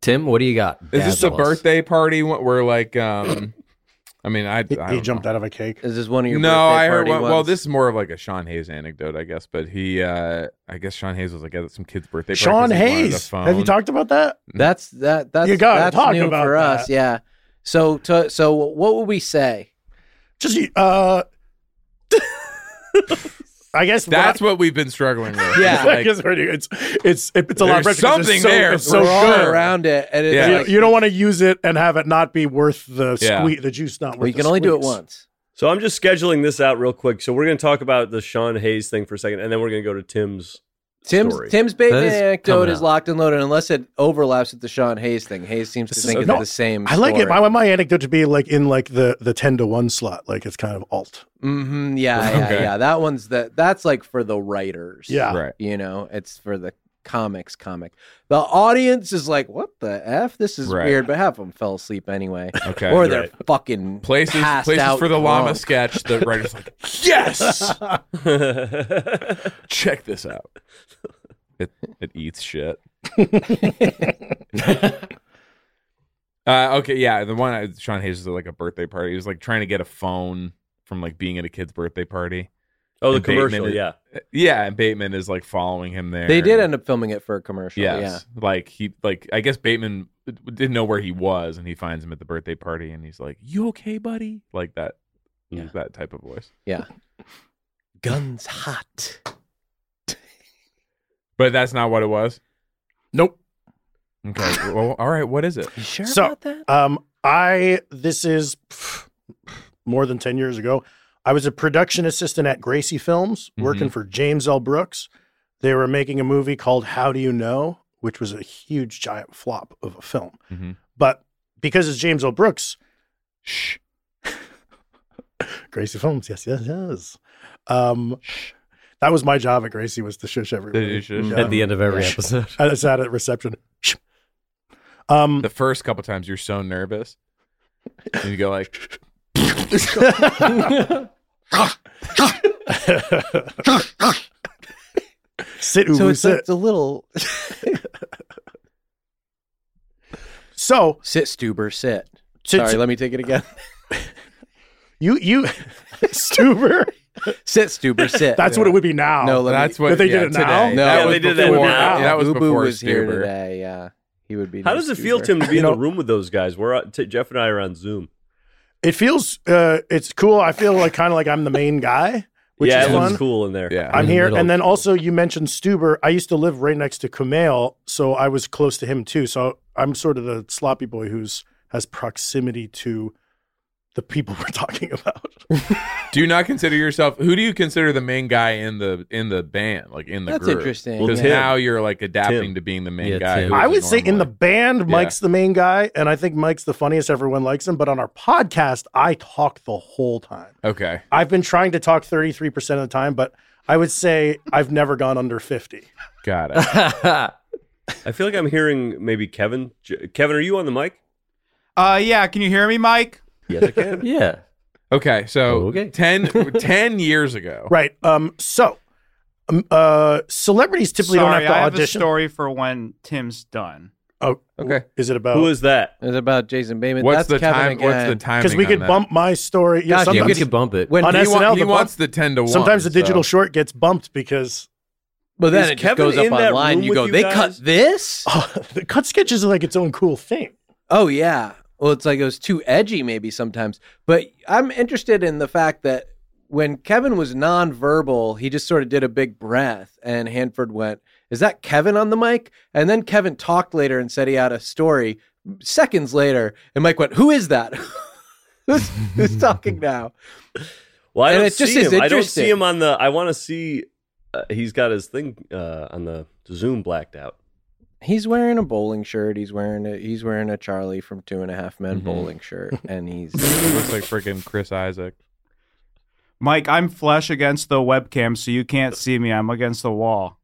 S7: Tim, what do you got?
S4: Is this a
S7: Dazzle us.
S4: birthday party wh- where like um I mean I, I
S6: He, he
S4: don't
S6: jumped out of a cake.
S3: Is this one of your
S4: no,
S3: birthday
S4: I heard.
S3: party
S4: Well, well,
S3: ones?
S4: this is more of like a Sean Hayes anecdote, I guess. But he, uh I guess Sean Hayes was like at some kid's birthday. party 'cause
S6: Sean
S4: he wanted a
S6: Hayes. Have you
S4: phone.
S6: talked about that?
S3: Mm-hmm. That's that. That's
S6: You gotta
S3: that's
S6: talk
S3: new
S6: about
S3: for us.
S6: that.
S3: Yeah. So to, so what would we say?
S6: Just uh. I guess
S4: That's what we've been struggling with.
S3: Yeah.
S6: I guess what you- it's it's it's a lot of
S4: There's
S6: pressure 'cause it's
S4: something
S6: so,
S4: there
S6: It's
S4: for
S6: so
S4: sure.
S6: good.
S3: around it, and it's
S4: Yeah.
S6: You-
S3: like,
S6: You, don't want to use it and have it not be worth the
S4: Yeah.
S6: squeeze, the juice not worth.
S3: well, you
S6: the
S3: can only do it
S6: squeeze.
S3: once.
S2: So I'm just scheduling this out real quick. So we're going to talk about the Sean Hayes thing for a second, and then we're going to go to Tim's
S3: Tim's
S2: story.
S3: Tim's
S7: That
S3: Bateman
S7: is
S3: anecdote
S7: coming
S3: is
S7: out.
S3: locked and loaded unless it overlaps with the Sean Hayes thing. Hayes seems to
S6: This
S3: think
S6: is-
S3: it's
S6: no,
S3: the same.
S6: I like it. I want my anecdote to be like in like the the ten to one slot. Like it's kind of alt.
S3: hmm yeah, yeah,
S4: Okay.
S3: yeah. That one's that. That's like for the writers.
S6: Yeah.
S4: Right.
S3: you know, it's for the comics. Comic. The audience is like, "What the f? This is
S4: Right.
S3: weird." But half of them fell asleep anyway,
S4: Okay.
S3: or they're
S2: right.
S3: fucking
S4: Places,
S3: passed
S4: places
S3: out
S4: for the
S3: drunk.
S4: llama sketch. The writer's like, yes, check this out. It it eats shit. uh, okay, yeah, the one I- Sean Hayes was at like a birthday party. He was like trying to get a phone from like being at a kid's birthday party.
S2: oh, the
S4: And Bateman
S2: commercial.
S4: is-
S2: Yeah.
S4: Yeah, and Bateman is like following him there.
S3: They did end up filming it for a commercial. Yeah.
S4: Yes. Like he like I guess Bateman didn't know where he was and he finds him at the birthday party and he's like, "You okay, buddy?" Like that
S2: Yeah.
S4: that type of voice.
S3: Yeah. Guns hot.
S4: But that's not what it was.
S6: Nope.
S4: Okay. well, all right, what is it?
S3: You sure
S6: So-
S3: about that?
S6: Um, I this is pff, more than ten years ago. I was a production assistant at Gracie Films, working
S7: Mm-hmm.
S6: for James L. Brooks. They were making a movie called How Do You Know, which was a huge giant flop of a film.
S7: Mm-hmm.
S4: Mhm.
S6: But because it's James L. Brooks,
S4: Shh.
S6: Gracie Films, yes, yes, yes. Um, that was my job at Gracie was to shush
S4: you
S6: everybody.
S4: shush
S6: Yeah.
S7: At the end of every episode.
S6: I sat at reception. Shh. Um,
S4: The first couple times you're so nervous. And you go like,
S6: Sit,
S3: so
S6: Ubu,
S3: it's
S6: sit.
S3: like the little
S6: So
S3: sit, Stuber, sit.
S6: Sit,
S3: Sorry,
S6: sit.
S3: let me take it again.
S6: you you Stuber.
S3: sit, Stuber, sit.
S6: That's what it would be now.
S3: No, let
S4: That's
S3: me,
S4: what-
S6: That they did
S4: yeah,
S6: it now.
S4: today.
S3: No,
S4: That
S3: it
S4: was
S3: was
S4: before-
S3: before-
S4: yeah, that was
S3: Ubu
S4: before
S3: was here
S4: Stuber.
S3: today. Yeah, he would be.
S2: How
S3: no
S2: does it feel,
S3: Stuber.
S2: Tim, to be in
S6: You
S2: the
S6: know-
S2: room with those guys? We're out, t- Jeff and I are on Zoom.
S6: It feels uh it's cool. I feel like kind of like I'm the main guy, which
S2: yeah,
S6: is
S2: it
S6: fun.
S2: looks cool in there.
S4: Yeah.
S6: I'm
S7: In the
S6: here.
S7: middle.
S6: And then also, you mentioned Stuber. I used to live right next to Kumail, so I was close to him too. So I'm sort of the sloppy boy who's has proximity to the people we're talking about.
S4: Do you not consider yourself? Who do you consider the main guy in the in the band, like in the
S3: That's
S4: group?
S3: interesting.
S2: Well,
S4: Because
S2: Tim.
S4: now you're like adapting
S2: Tim.
S4: to being the main
S7: Yeah,
S4: guy.
S7: Tim.
S4: who
S6: I
S4: isn't
S6: would say in the
S4: normally.
S6: band, Mike's the main guy, and I think Mike's the funniest. Everyone likes him, but on our podcast, I talk the whole time.
S4: okay.
S6: I've been trying to talk 33% of the time, but I would say I've never gone under 50.
S4: Got it.
S2: I feel like I'm hearing maybe Kevin. J- Kevin, are you on the mic?
S8: Uh, yeah. Can you hear me, Mike?
S2: Yes, I can.
S7: yeah.
S4: Okay, so
S7: Okay.
S4: 10, 10 years ago.
S6: Right. Um. So, um, uh, celebrities typically
S8: Sorry,
S6: don't have to
S8: I have
S6: audition.
S8: a story for when Tim's done.
S6: Oh,
S4: Okay.
S6: Is it about
S2: Who is that?
S3: It's about Jason Bateman. That's
S4: What's the
S3: Kevin
S4: time?
S3: Again.
S4: What's the time?
S6: Because we could bump my story. Yeah,
S3: Gosh,
S7: yeah, we
S6: sometimes,
S7: could bump it.
S3: when
S6: on
S4: He,
S6: SNL,
S4: wa- he
S6: the bump-
S4: wants the ten to one.
S6: sometimes the
S4: so-
S6: digital short gets bumped because
S3: But
S2: Is
S3: then it just
S2: Kevin
S3: goes up
S2: in that room
S3: online. You
S2: with
S3: go,
S2: you
S3: they
S2: guys?"
S3: cut this?
S6: the cut sketch is like its own cool thing.
S3: Oh yeah. Well, it's like it was too edgy maybe sometimes. But I'm interested in the fact that when Kevin was nonverbal, he just sort of did a big breath, and Hanford went, "Is that Kevin on the mic?" And then Kevin talked later and said he had a story. Seconds later, and Mike went, "Who is that? who's, who's talking now?"
S2: Well, I
S3: And
S2: don't
S3: it just
S2: see
S3: is
S2: him. I don't
S3: interesting.
S2: see him on the. I want to see. Uh, he's got his thing uh, on the Zoom blacked out.
S3: He's wearing a bowling shirt. He's wearing a he's wearing a Charlie from Two and a Half
S4: Mm-hmm.
S3: Men bowling shirt, and he's
S4: looks like freaking Chris Isaac.
S8: Mike, I'm flesh against the webcam, so you can't see me. I'm against the wall.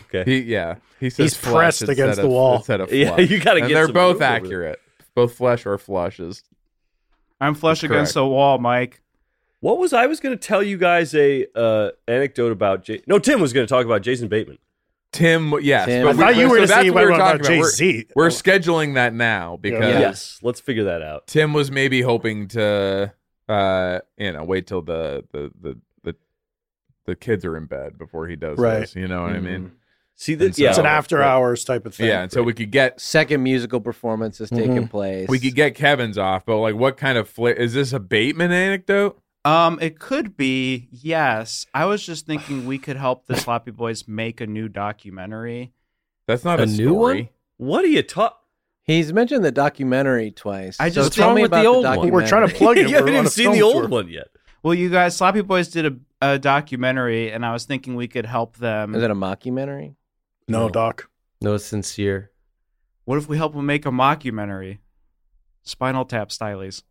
S2: Okay.
S4: He yeah. He says
S6: He's
S4: flush
S6: pressed
S4: instead
S6: against
S4: of-
S6: the wall.
S4: Instead of
S2: Yeah,
S4: flush.
S2: you gotta
S4: And
S2: get
S4: they're
S2: some
S4: both
S2: room over there.
S4: accurate. Both flesh or flushes.
S8: I'm flush
S4: That's
S8: against the wall, Mike.
S2: What was I was going to tell you guys a uh, anecdote about? J- no, Tim was going to talk about Jason Bateman.
S4: Tim, yes.
S3: Tim.
S4: but
S3: I
S4: we-
S6: thought you
S4: so
S6: were gonna
S4: that's
S6: say
S4: what we
S6: what
S4: were
S6: about
S4: talking about. We're-
S6: Jay-Z?
S4: We're, scheduling that now because
S6: Yeah.
S2: Yes, let's figure that out.
S4: Tim was maybe hoping to, uh, you know, wait till the the the the, the kids are in bed before he does
S6: Right.
S4: this. You know what I mean?
S2: See that?
S4: And so-
S2: yeah,
S6: It's an
S4: Oh,
S6: after
S4: right.
S6: hours type of thing.
S4: Yeah, and so we could get
S3: second musical performance has taken place.
S4: Mm-hmm. we could get Kevin's off, but like, what kind of fla- is this a Bateman anecdote?
S8: Um, it could be yes. I was just thinking we could help the Sloppy Boys make a new documentary.
S4: That's not a,
S7: A new one?
S4: story.
S2: what are you talking?
S3: He's mentioned the documentary twice.
S8: I just-
S3: so tell
S7: wrong
S3: me
S7: with the
S3: about
S7: old one?
S3: documentary.
S6: We're trying to plug
S2: you
S6: it. We're
S2: haven't
S6: on
S2: even
S6: a
S2: seen
S6: film
S2: the old
S6: tour.
S2: one yet.
S8: Well, you guys, Sloppy Boys did a, a documentary, and I was thinking we could help them.
S3: Is it a mockumentary?
S6: No,
S7: No.
S6: Doc.
S7: No, it's sincere.
S8: what if we help them make a mockumentary? Spinal Tap Stylies.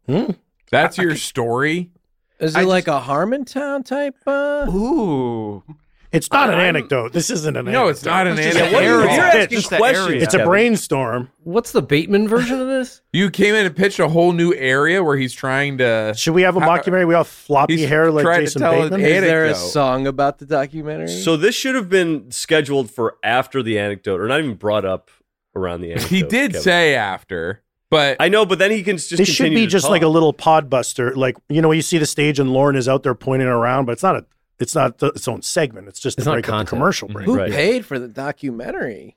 S4: That's your story.
S3: Is it
S8: I
S3: like a Harmontown type? Uh,
S8: Ooh.
S6: It's not an
S8: I'm-
S6: anecdote. This isn't an
S4: No, it's
S6: anecdote.
S4: not an
S8: That's just
S4: anecdote.
S2: what are you-
S8: area.
S2: you're
S6: It's
S2: asking
S8: just the
S2: questions.
S8: area.
S6: It's a
S2: Kevin.
S6: brainstorm.
S7: What's the Bateman version of this?
S4: You came in and pitched a whole new area where he's trying to.
S6: Should we have a
S4: How-
S6: mockumentary? We all floppy
S4: He's
S6: hair like
S4: trying to
S6: Jason
S4: tell an
S6: Bateman.
S4: anecdote.
S3: is there a
S4: anecdote.
S3: song about the documentary?
S2: So this should have been scheduled for after the anecdote, or not even brought up around the anecdote.
S4: He did
S2: Kevin.
S4: say after, but
S2: I know, but then he can just.
S6: this should
S2: continue
S6: be
S2: to
S6: just like a
S2: talk.
S6: little podbuster. Like you know, you see the stage and Lauren is out there pointing around, but it's not a. It's not th- its own segment. It's just
S7: It's
S6: to
S7: not
S6: break up the
S7: content.
S6: commercial break.
S3: who
S2: Right.
S3: paid for the documentary?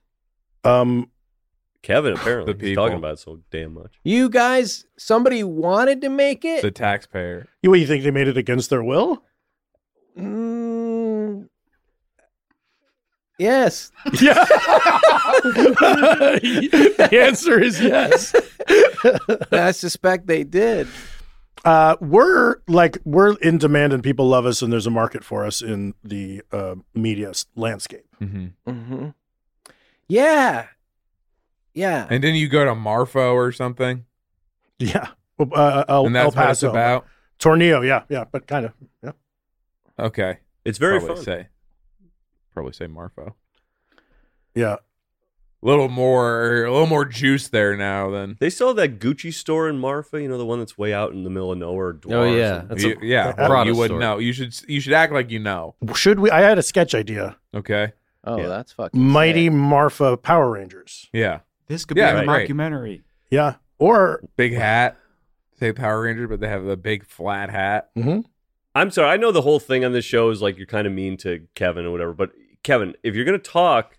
S7: Mm-hmm.
S6: Um,
S2: Kevin. Apparently,
S4: The
S2: he's
S4: people.
S2: talking about it so damn much.
S3: You guys, somebody wanted to make it.
S4: the taxpayer.
S6: you what, you think they made it against their will?
S3: Mm, yes.
S6: Yeah. the answer is yes.
S3: I suspect they did.
S6: Uh, we're like we're in demand and people love us and there's a market for us in the uh, media s- landscape.
S4: Mm-hmm.
S3: hmm Yeah. Yeah.
S4: And then you go to Marfo or something,
S6: Yeah. Uh, uh, El,
S4: and
S6: El
S4: that's what it's
S6: Paso,
S4: about.
S6: Tornillo. Yeah, yeah, but kind of. Yeah.
S4: Okay,
S2: It's very
S4: probably
S2: fun.
S4: say, probably say Marfo.
S6: Yeah.
S4: little more, a little more juice there now. Then
S2: they still have that Gucci store in Marfa. You know the one that's way out in the middle of nowhere.
S4: Oh,
S2: Dwarves
S4: yeah.
S2: and-
S4: That's a- You- yeah, well, Prada you would store. know. You should you should act like you know.
S6: Should we? I had a sketch idea.
S4: Okay.
S3: Oh, that's fucking
S6: Mighty Marfa Power Rangers.
S4: Yeah.
S8: This
S6: could be a
S8: documentary.
S6: Yeah. Or
S4: big hat. Say Power Ranger, but they have a big flat hat.
S6: Mm-hmm.
S2: I'm sorry. I know the whole thing on this show is like you're kind of mean to Kevin or whatever, but Kevin, if you're gonna talk,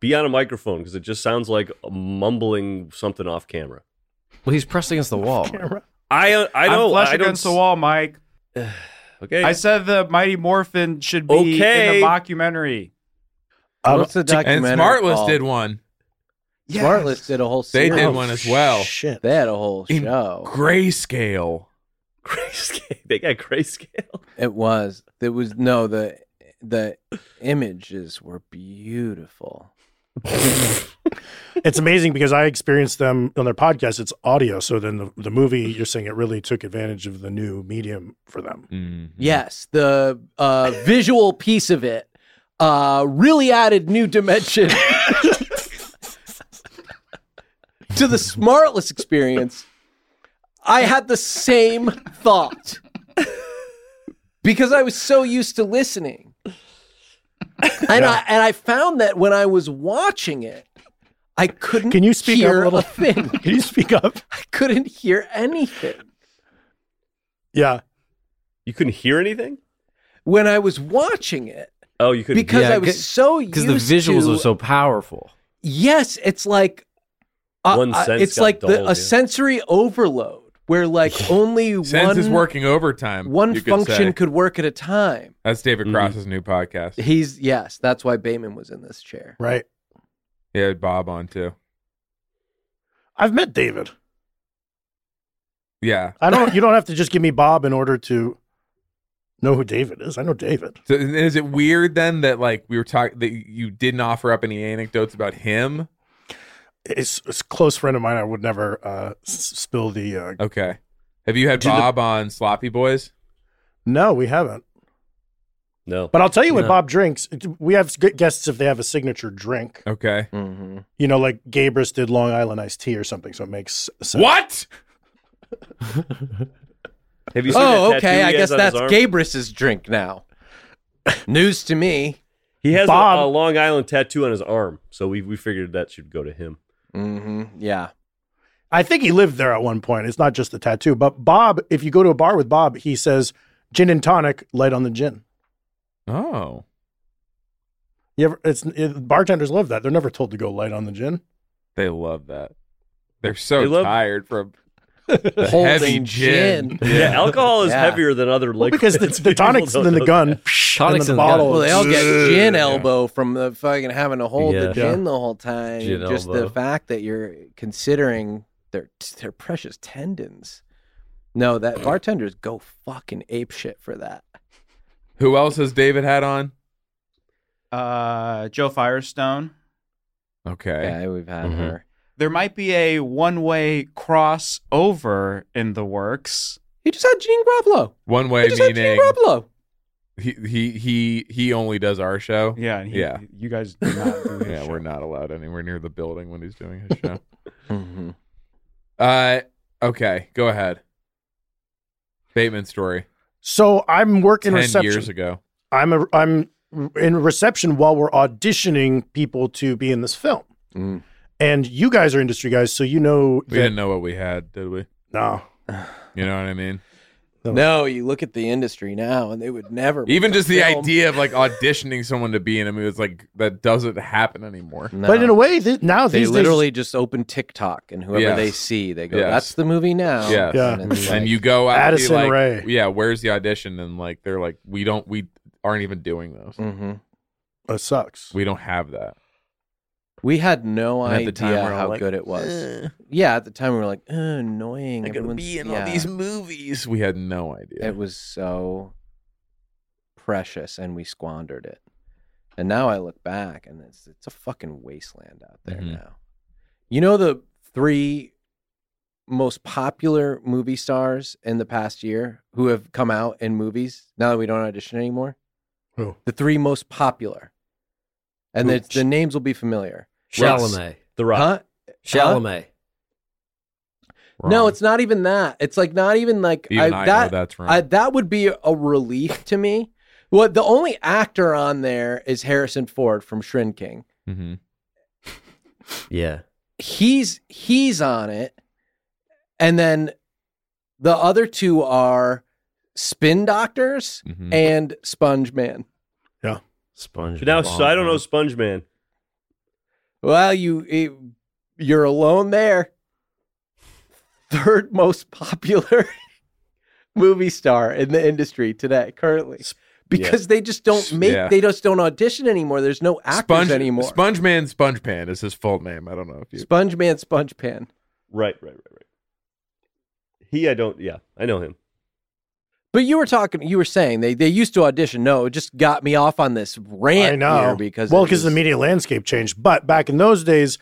S2: be on a microphone because it just sounds like mumbling something off camera.
S7: Well, he's pressed against the wall.
S2: I uh, I
S8: I'm
S2: don't.
S8: flush
S2: I don't.
S8: against the wall, Mike.
S2: okay.
S8: I said the Mighty Morphin should be in
S4: Okay.
S8: the mockumentary.
S3: Um, What's the
S4: And
S3: documentary
S4: Smartless
S3: called?
S4: did one.
S3: Smartless did a whole.
S4: They
S3: Series.
S4: did one as well.
S6: Oh, Shit,
S3: they had a whole
S4: In
S3: show.
S4: Grayscale.
S2: Grayscale. They got grayscale.
S3: It was. There was no the the images were beautiful.
S6: it's amazing because I experienced them on their podcast. It's audio, so then the, the movie you're saying it really took advantage of the new medium for them.
S4: Mm-hmm.
S3: Yes, the uh, visual piece of it uh, really added new dimension to the smartless experience. I had the same thought because I was so used to listening, and I and I found that when I was watching it, I couldn't.
S6: Can you speak up
S3: hear
S6: a little?
S3: thing? Can
S6: you speak up?
S3: I couldn't hear anything.
S6: Yeah.
S2: You couldn't hear anything.
S3: when I was watching it.
S2: Oh, you couldn't.
S3: Because I was so
S7: because the
S3: used
S7: visuals
S3: to-
S7: are so powerful.
S3: Yes, it's like uh,
S7: One
S3: uh,
S7: sense
S3: it's
S7: got
S3: like the,
S7: dulled,
S3: a
S7: yeah.
S3: sensory overload where like only
S4: Sense
S3: one
S4: is working overtime.
S3: one
S4: you could
S3: function Mm.
S4: say.
S3: could work at a time.
S4: That's David Cross's new podcast.
S3: He's yes, that's why Bayman was in this chair.
S6: Right.
S4: He had Bob on too.
S6: I've met David.
S4: Yeah.
S6: I don't. You don't have to just give me Bob in order to know who David is. I know David.
S4: So is it weird then that like we were talking that you didn't offer up any anecdotes about him?
S6: It's, it's a close friend of mine. I would never uh, s- spill the. Uh,
S4: Okay. Have you had
S6: Do the-
S4: Bob on Sloppy Boys?
S6: No, we haven't.
S2: No.
S6: But I'll tell you what
S4: No.
S6: Bob drinks. We have good guests if they have a signature drink.
S4: Okay.
S6: Mm. You know, like Gabrus did Long Island iced tea or something. So it makes sense.
S4: What?
S2: Have you seen
S3: Oh,
S2: that tattoo
S3: okay.
S2: he has
S3: I guess
S2: on his
S3: that's
S2: arm?
S3: Gabrus's drink now. News to me.
S2: He has a-
S3: Bob-
S2: a, Long Island tattoo on his arm, so we we figured that should go to him.
S3: Mm-hmm. Yeah.
S6: I think he lived there at one point. It's not just the tattoo. But Bob, if you go to a bar with Bob, he says gin and tonic, light on the gin.
S4: Oh.
S6: You ever? It's it, bartenders love that. They're never told to go light on the gin.
S4: They love that. They're so
S6: They love-
S4: tired from the heavy gin.
S2: Yeah. alcohol is
S4: Yeah.
S2: heavier than other
S6: Well,
S2: liquids.
S6: because the, the
S2: People
S6: tonic's
S2: don't
S6: in the
S2: know
S6: gun,
S2: that.
S6: tonic's in the bottle.
S3: Well, they all get
S6: Yeah.
S3: gin elbow from the fucking having to hold
S6: Yeah.
S3: the gin the whole time.
S7: Gin
S3: Just
S7: elbow.
S3: the fact that you're considering their their precious tendons. No, that bartenders go fucking ape shit for that.
S4: Who else has David had on?
S8: Uh, Joe Firestone.
S4: Okay.
S3: Yeah, we've had her.
S8: There might be a one-way crossover in the works.
S3: He just had Gene Grablo.
S4: One way
S8: just had Gene
S4: meaning
S3: Grablo.
S4: He he he he only does our show.
S8: Yeah, and he-
S4: yeah.
S8: You guys do not do his
S4: yeah,
S8: show.
S4: we're not allowed anywhere near the building when he's doing his show.
S3: mm-hmm.
S4: Uh, okay, go ahead. Bateman story.
S6: So I'm working
S4: Ten
S6: reception.
S4: years ago.
S6: I'm a, I'm in reception while we're auditioning people to be in this film.
S3: Mm.
S6: And you guys are industry guys, so you know
S4: Mm-hmm. We
S6: that-
S4: didn't know what we had, did we?
S6: No.
S4: You know what I mean?
S3: No, you look at the industry now, and they would never make
S4: Even
S3: a
S4: just the
S3: film.
S4: idea of like auditioning someone to be in a movie, it's like that doesn't happen anymore.
S6: But in a way, th- now
S3: they
S6: these days-
S3: literally just open TikTok, and whoever
S4: Yes.
S3: they see, they go,
S4: Yes.
S3: "That's the movie now."
S4: Yes.
S3: Yeah,
S4: And,
S3: it's like-
S4: you go out and be
S6: Addison
S4: like,
S6: Rae.
S4: Yeah, where's the audition? And like they're like, we don't, we aren't even doing those.
S3: Mm-hmm.
S6: That uh, sucks.
S4: We don't have that.
S3: We had no
S4: And at
S3: idea
S4: the time, we're all
S3: how
S4: like,
S3: good it was.
S4: "Ugh."
S3: Yeah, at the time we were like, "Ugh, annoying. Everyone's- yeah."
S4: movies. We had no idea.
S3: It was so precious, and we squandered it. And now I look back, and it's it's a fucking wasteland out there
S4: Mhm.
S3: now. You know the three most popular movie stars in the past year who have come out in movies now that we don't audition anymore.
S6: Who?
S3: The three most popular, and
S7: Who?
S3: the, the names will be familiar.
S7: Chalamet.
S2: The Rock.
S3: Huh?
S7: Chalamet.
S3: No, it's not even that. It's like not even like
S4: Even I know
S3: that,
S4: that's wrong.
S3: I- that would be a relief to me. Well, the only actor on there is Harrison Ford from Shrinking.
S4: Mm-hmm.
S7: Yeah.
S3: He's he's on it, and then the other two are Spin Doctors
S4: mm-hmm. Hmm.
S2: Mhm.
S3: and Sponge Man.
S6: Yeah,
S7: Sponge.
S2: Now, so I don't know Sponge Man.
S3: Well, you it, you're alone there. Third most popular movie star in the industry today, currently, because they just don't make
S4: yeah.
S3: they just don't audition anymore. There's no actors
S4: Sponge
S3: anymore.
S4: Sponge Man Sponge Pan is his full name. I don't know if you
S3: Sponge Man, Sponge Pan.
S2: Right, right, right, right. He, I don't. Yeah, I know him.
S3: But you were talking, you were saying they, they used to audition. No, it just got me off on this rant
S6: I know
S3: here because
S6: well,
S3: it
S6: because the
S3: was-
S6: media landscape changed. But back in those days,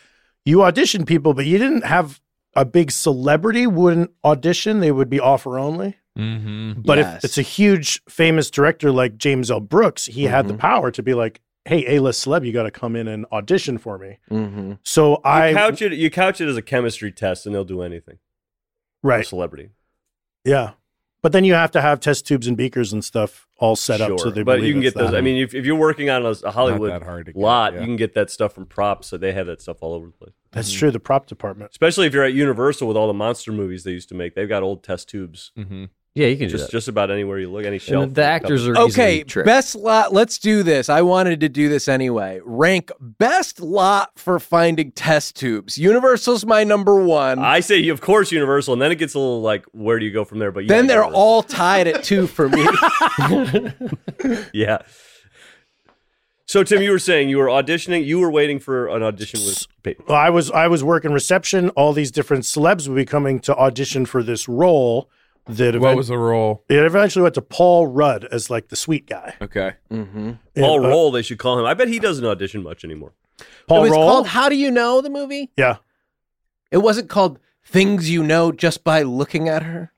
S6: you auditioned people, but you didn't have a big celebrity wouldn't audition. They would be offer only.
S4: Mm-hmm.
S6: But if it's a huge famous director like James L. Brooks, he had
S3: Mm-hmm.
S6: the power to be like, "Hey, A-list celeb, you got to come in and audition for me."
S3: Mm-hmm.
S6: So I
S2: You couch it. You couch it as a chemistry test, and they'll do anything.
S6: Right.
S2: A celebrity.
S6: yeah, but then you have to have test tubes and beakers and stuff all set
S2: sure.
S6: up so they.
S2: but
S6: believe
S2: you can
S6: it's
S2: get those.
S6: that.
S2: I mean, if, if you're working on a, a Hollywood
S4: that hard to get,
S2: lot,
S4: yeah. Mm-hmm.
S2: you can get that stuff from props. So they have that stuff all over the place.
S3: Mm-hmm.
S6: that's true. The prop department.
S2: Especially if you're at Universal with all the monster movies they used to make, they've got old test tubes.
S4: Mm-hmm.
S7: Yeah, you can do
S2: just
S7: that.
S2: just about anywhere you look, any
S7: the
S2: shelf.
S7: actors are
S3: okay. Best lot. Let's do this. I wanted to do this anyway. Rank best lot for finding test tubes. Universal's my number one.
S2: I say, of course, Universal, and then it gets a little like, where do you go from there? But yeah,
S3: then they're
S2: Universal.
S3: all tied at two for me.
S2: yeah. So Tim, you were saying you were auditioning. You were waiting for an audition with.
S6: Well, I was I was working reception. All these different celebs would be coming to audition for this role. That
S4: What
S6: event-
S4: was the role?
S6: It eventually went to Paul Rudd as like the sweet guy.
S4: Okay.
S3: Mm-hmm.
S2: Paul
S6: Yeah, uh,
S2: Roll, they should call him. I bet he doesn't audition much anymore.
S3: it
S6: Paul
S3: was
S6: Rudd.
S3: called How Do You Know the movie?
S6: yeah,
S3: It wasn't called Things You Know Just by Looking at Her.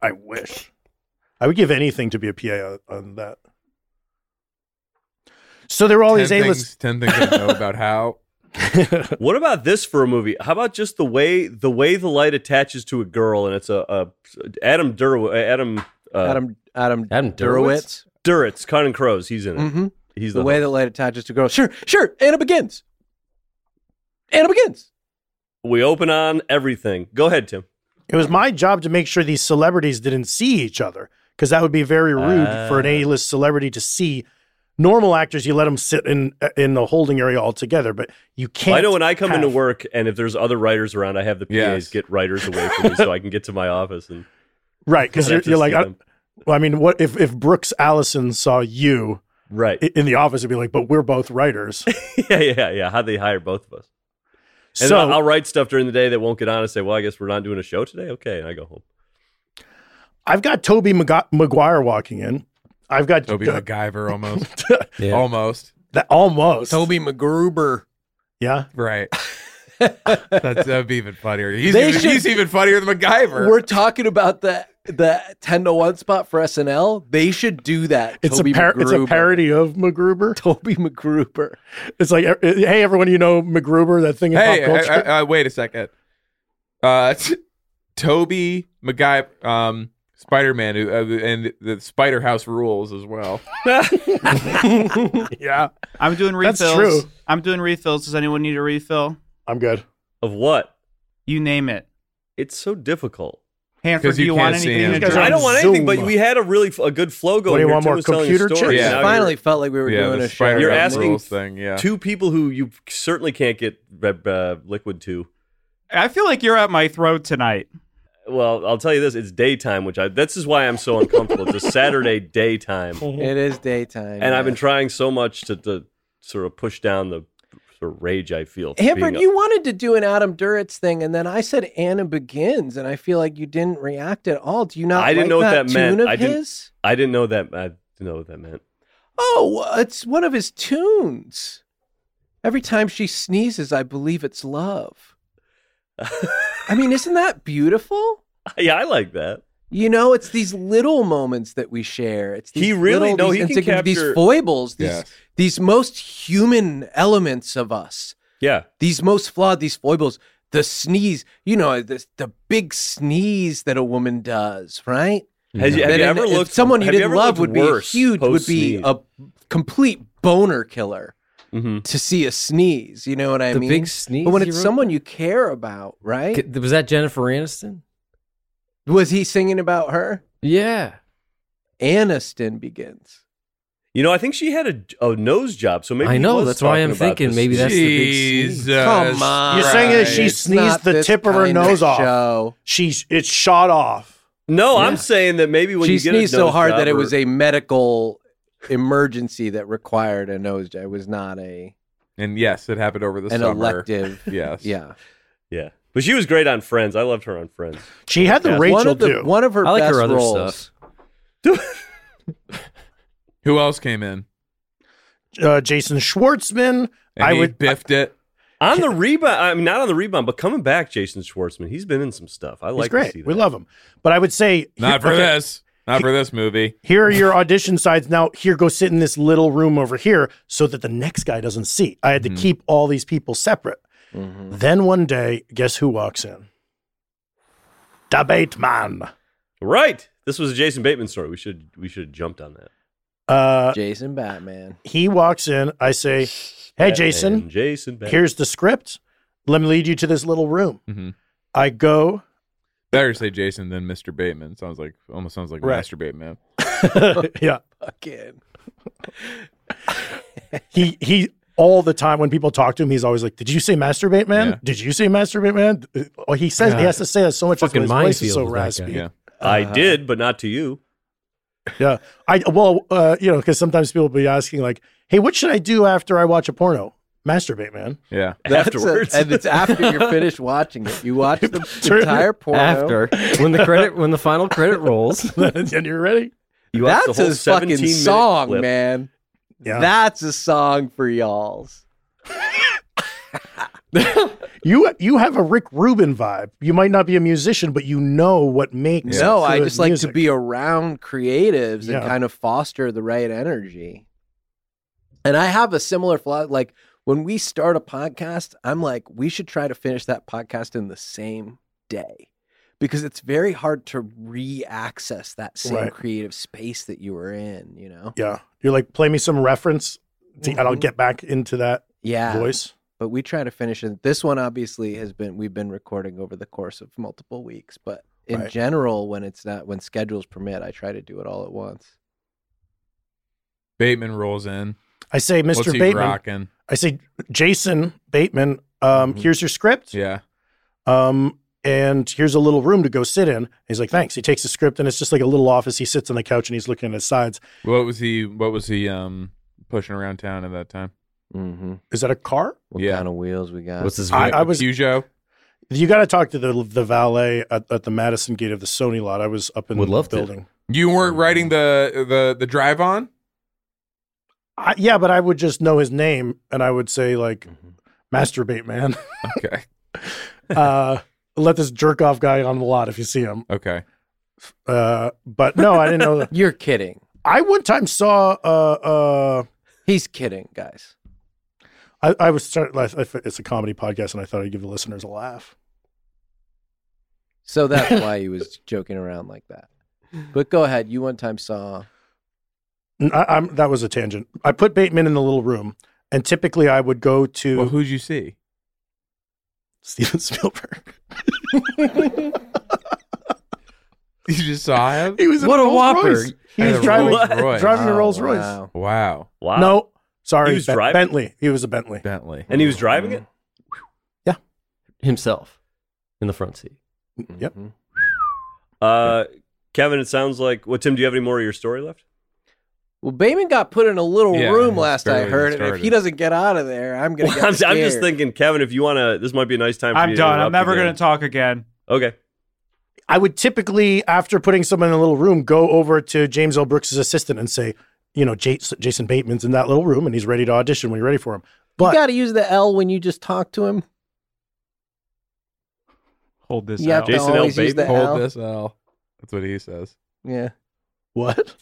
S6: I wish. I would give anything to be a PA on, on that. So there were all these
S4: ten,
S6: Oh, A-list.
S4: things, ten things I know about how.
S2: What about this for a movie? How about just the way the way the light attaches to a girl, and it's a, a Adam Dur Adam uh,
S3: Adam Adam
S7: Adam
S3: Durowitz.
S2: Duritz, Conan Crows. He's in it.
S3: Mm-hmm.
S2: He's the,
S3: the way that light attaches to girls. Sure, sure. Anna begins. Anna begins.
S2: we open on everything. Go ahead, Tim.
S6: It was my job to make sure these celebrities didn't see each other because that would be very rude
S2: Ah.
S6: for an A-list celebrity to see. Normal actors, you let them sit in uh, in the holding area altogether, but you can't.
S2: I know when I come into
S6: have-
S2: work, and if there's other writers around, I have the PAs
S4: Yes.
S2: get writers away from me so I can get to my office. And
S6: Right, because
S2: I'd
S6: you're,
S2: have to
S6: you're like,
S2: see
S6: I,
S2: them.
S6: well, I mean, what if if Brooks Allison saw you
S2: right,
S6: i- in the office? It'd be like, but we're both writers,
S2: yeah, yeah, yeah. How they hire both of us? And
S6: so
S2: then I'll write stuff during the day that won't get on and say, "Well, I guess we're not doing a show today." Okay, and I go home.
S6: I've got Toby Maga- Maguire walking in. I've got
S4: Toby
S6: uh,
S4: MacGyver almost.
S7: Yeah.
S4: Almost.
S6: that almost
S3: Toby McGruber.
S6: Yeah,
S4: Right. That's that'd be even funnier. He's,
S3: They
S4: even,
S3: should-
S4: he's even funnier than MacGyver.
S3: We're talking about the the ten to one spot for SNL. They should do that.
S6: it's
S3: Toby
S6: a par- it's a
S3: MacGruber.
S6: parody of MacGruber.
S3: Toby McGruber.
S6: It's like, uh, hey, everyone, you know MacGruber, that thing in
S4: hey,
S6: pop culture.
S4: I- I- I- wait a second. Uh, t- Toby MacGyver, um, Spider Man, uh, and the Spider House rules as well.
S6: yeah,
S8: I'm doing refills.
S6: That's true.
S8: I'm doing refills. Does anyone need a refill?
S6: I'm good.
S2: Of what?
S8: You name it.
S2: It's so difficult.
S8: Hanford,
S4: 'Cause
S8: do
S4: you
S8: you want
S4: can't see
S8: anything?
S4: him.
S8: to
S6: You guys
S8: drink?
S6: are
S2: I don't want anything, but
S6: Zoom.
S2: we had a really f- a good flow going.
S6: do you
S2: here.
S6: want
S2: Tim
S6: more,
S2: was telling a
S6: computer
S2: story
S6: chips?
S4: Yeah,
S2: about
S3: I
S2: your-
S3: finally felt like we were
S4: yeah,
S3: doing
S4: the
S3: a show.
S4: Spider
S2: You're
S4: House
S2: asking
S4: rules thing. Yeah,
S2: two people who you certainly can't get uh, liquid to.
S8: I feel like you're at my throat tonight.
S2: Well, I'll tell you this: it's daytime, which I. This is why I'm so uncomfortable. it's a Saturday daytime,
S3: It is daytime.
S2: and I've
S3: yeah.
S2: been trying so much to, to sort of push down the sort of rage I feel. for
S3: Hampered,
S2: being
S3: you wanted to do an Adam Duritz thing, and then I said Anna begins, and I feel like you didn't react at all. Do you not?
S2: I didn't
S3: like
S2: know what that meant.
S3: tune of
S2: I didn't-
S3: his?
S2: A, I didn't know that. I didn't know what that meant.
S3: Oh, it's one of his tunes. Every time she sneezes, I believe it's love. I mean, isn't that beautiful?
S2: Yeah, I like that.
S3: You know, it's these little moments that we share. It's these
S2: He really-
S3: little,
S2: no, he
S3: these
S2: can
S3: insignificant- these
S2: capture-
S3: foibles, these
S4: Yes.
S3: these most human elements of us
S2: Yeah.
S3: These most flawed, these foibles, the sneeze, you know, the, the big sneeze that a woman does, right?
S7: Mm-hmm.
S2: Has you- have
S3: That
S2: you
S3: in-
S2: ever
S3: if
S2: looked-
S3: someone you
S2: have you
S3: didn't
S2: ever
S3: love
S2: looked
S3: would be a
S2: worse
S3: huge, would be
S2: post-sneeze?
S3: a complete boner killer
S2: Mm-hmm.
S3: to see a sneeze. You know what I
S7: The
S3: mean?
S7: big sneeze
S3: But when
S7: he
S3: it's
S7: wrote?
S3: someone you care about, right?
S7: C- Was that Jennifer Aniston?
S3: Was he singing about her?
S7: Yeah.
S3: Aniston begins.
S2: You know, I think she had a, a nose job, so maybe
S7: I
S2: he
S7: know,
S2: was
S7: that's why
S2: talking
S7: I'm
S2: about
S7: thinking
S2: this.
S7: maybe that's the big sneeze.
S4: Jesus
S6: Come on. You're saying that she
S4: Christ.
S6: sneezed the
S3: this
S6: tip of her
S3: kind of
S6: nose off.
S3: show.
S6: She's it shot off.
S2: No,
S3: Yeah.
S2: I'm saying that maybe when
S3: she
S2: you get a
S3: sneezed so
S2: nose
S3: hard that
S2: job
S3: it
S2: or-
S3: was a medical emergency that required a nose job. It was not a
S4: And yes, it happened over the
S3: an
S4: summer.
S3: elective.
S4: Yes.
S3: Yeah.
S2: yeah, but she was great on Friends. I loved her on Friends.
S6: She had the
S2: Yeah.
S6: Rachel
S3: one of the
S6: too.
S3: one of her
S7: I like
S3: best
S7: her other
S3: roles.
S7: stuff.
S4: Who else came in?
S6: uh, Jason Schwartzman.
S4: And
S6: I
S4: he
S6: would
S4: biffed it.
S2: On the rebound, I'm not on the rebound, but coming back, Jason Schwartzman. He's been in some stuff. I
S6: he's
S2: like to see
S6: great.
S2: that.
S6: We love him. But I would say
S4: Not for
S6: okay,
S4: this. Not for this movie.
S6: Here are your audition sides. Now here go sit in this little room over here so that the next guy doesn't see. I
S7: Mm-hmm.
S6: had to keep all these people separate. Then one day, guess who walks in? Debate man.
S2: Right. This was a Jason Bateman story. We should we should have jumped on that.
S6: Uh,
S3: Jason Batman.
S6: he walks in. I say, "Hey,
S2: Batman,
S6: Jason,
S2: Jason. Bateman.
S6: here's the script. Let me lead you to this little room."
S7: Mm-hmm.
S4: Mhm.
S6: I go.
S4: Better say Jason than Mr. Bateman. Sounds like almost sounds like
S6: Right.
S4: Master Bateman.
S6: yeah.
S3: Again.
S6: he he all the time when people talk to him, he's always like, "Did you say masturbate, man?
S4: Yeah.
S6: Did you say masturbate, man?" Well, he says he has to say that so much. That's
S7: Fucking
S6: why his voice is
S7: minefield
S6: so
S7: with that
S6: raspy.
S7: guy.
S4: Yeah.
S2: I did, but not to you.
S6: Yeah. I well, uh, you know, because sometimes people will be asking like, "Hey, what should I do after I watch a porno? Masturbate, man."
S4: Yeah.
S3: That's a-
S2: Afterwards,
S3: and it's after you're finished watching it. You watch the entire porno.
S7: After when the credit when the final credit rolls.
S6: and you're ready.
S2: you watched the
S3: That's
S2: whole
S3: a fucking
S2: 17 minute
S3: song,
S2: clip.
S3: man.
S6: Yeah.
S3: That's a song for y'all's.
S6: You you have a Rick Rubin vibe. You might not be a musician, but you know what makes
S3: No, I
S6: good
S3: just like
S6: music.
S3: to be around creatives
S6: Yeah.
S3: and kind of foster the right energy. And I have a similar flaw. Like when we start a podcast, I'm like, we should try to finish that podcast in the same day because it's very hard to re access that same
S6: Right.
S3: creative space that you were in, you know?
S6: Yeah. You're like, play me some reference, to, and I'll get back into that
S3: Mm-hmm. Yeah.
S6: voice.
S3: But we try to finish it. This one obviously has been, we've been recording over the course of multiple weeks. But in
S6: Right.
S3: general, when it's not, when schedules permit, I try to do it all at once.
S4: Bateman rolls in.
S6: I say,
S4: What's
S6: Mr.
S4: he
S6: Bateman.
S4: rocking?
S6: I say, Jason Bateman, um, here's your script.
S4: Yeah.
S6: Um, and here's a little room to go sit in. He's like, thanks. He takes the script and it's just like a little office. He sits on the couch and he's looking at his sides.
S4: What was he what was he um pushing around town at that time?
S3: Mm-hmm.
S6: Is that a car?
S3: What
S4: Yeah.
S3: kind of wheels we got?
S7: What's his
S6: I-
S7: I,
S6: I was-
S4: Peugeot?
S6: You got to talk to the the valet at, at the Madison gate of the Sony lot. I was up in
S7: Would love
S6: the
S7: to.
S6: building.
S4: You
S7: Mm.
S4: weren't riding the the the drive on?
S6: I, yeah, but I would just know his name and I would say like,
S7: Mm-hmm.
S6: masturbate, man.
S4: Okay.
S6: uh, let this jerk off guy on the lot if you see him.
S4: Okay.
S6: Uh, but no, I didn't know that.
S3: You're kidding.
S6: I one time saw uh uh
S3: He's kidding, guys.
S6: I, I was start, I, I, it's a comedy podcast and I thought I'd give the listeners a laugh.
S3: So that's why he was joking around like that. But go ahead. You one time saw.
S6: N- I, am that was a tangent. I put Bateman in the little room, and typically I would go to
S4: Well, who'd you see?
S6: Steven Spielberg.
S4: You just saw him?
S6: he was in
S7: What a
S6: Rolls
S7: whopper.
S6: Royce. He
S4: And
S6: was
S4: a
S6: driving
S4: Rolls Royce.
S6: driving the
S3: Oh,
S6: Rolls Royce.
S3: wow.
S4: Wow.
S2: Wow.
S6: No, sorry,
S2: He was
S6: Ben-
S2: driving-
S6: Bentley. He was a Bentley.
S4: Bentley.
S2: and he was driving it.
S7: himself in the front seat.
S6: Yep.
S3: Mhm.
S2: Uh, Kevin, it sounds like. Well, Tim, do you have any more of your story left?
S3: Well, Bateman got put in a little
S4: Yeah,
S3: room
S4: it's
S3: last I
S4: barely
S3: heard, and if
S4: started.
S3: he doesn't get out of there, I'm gonna.
S2: Well,
S3: get
S2: I'm, I'm just
S3: scared.
S2: thinking, Kevin, if you want to, this might be a nice time. For
S8: I'm
S2: you
S8: done. I'm never going
S2: going
S8: to talk again.
S2: Okay.
S6: I would typically, after putting someone in a little room, go over to James L. Brooks' assistant and say, you know, Jas- Jason Bateman's in that little room and he's ready to audition when you're ready for him.
S3: you
S6: But
S3: got to use the L when you just talk to him.
S8: Hold this
S3: You have
S8: out.
S3: to
S2: Jason L.
S3: always use
S2: Bateman.
S3: the
S4: Hold
S3: L.
S4: this L. That's what he says.
S3: Yeah,
S6: what?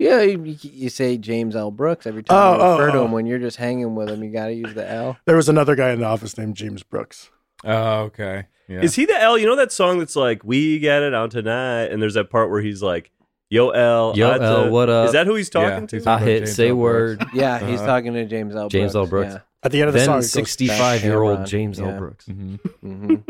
S3: Yeah, you, you say James L. Brooks every time
S6: Oh,
S3: you refer
S6: oh,
S3: to
S6: oh.
S3: him when you're just hanging with him. You got to use the L.
S6: There was another guy in the office named James Brooks.
S4: Oh, okay. Yeah.
S2: Is he the L? You know that song that's like, "We got it on tonight," and there's that part where he's like, "Yo L,
S7: Yo,
S2: I ta-"
S7: L, what up?
S2: Is that who he's talking to?
S7: I hit say word.
S3: Yeah, he's talking to James L.
S7: James L.
S3: Brooks.
S7: Brooks.
S3: yeah.
S6: At the end of the
S7: then
S6: song, it goes,
S7: sixty-five-year-old
S3: Sharon.
S7: James L.
S3: Yeah. Mm-hmm.
S7: Brooks.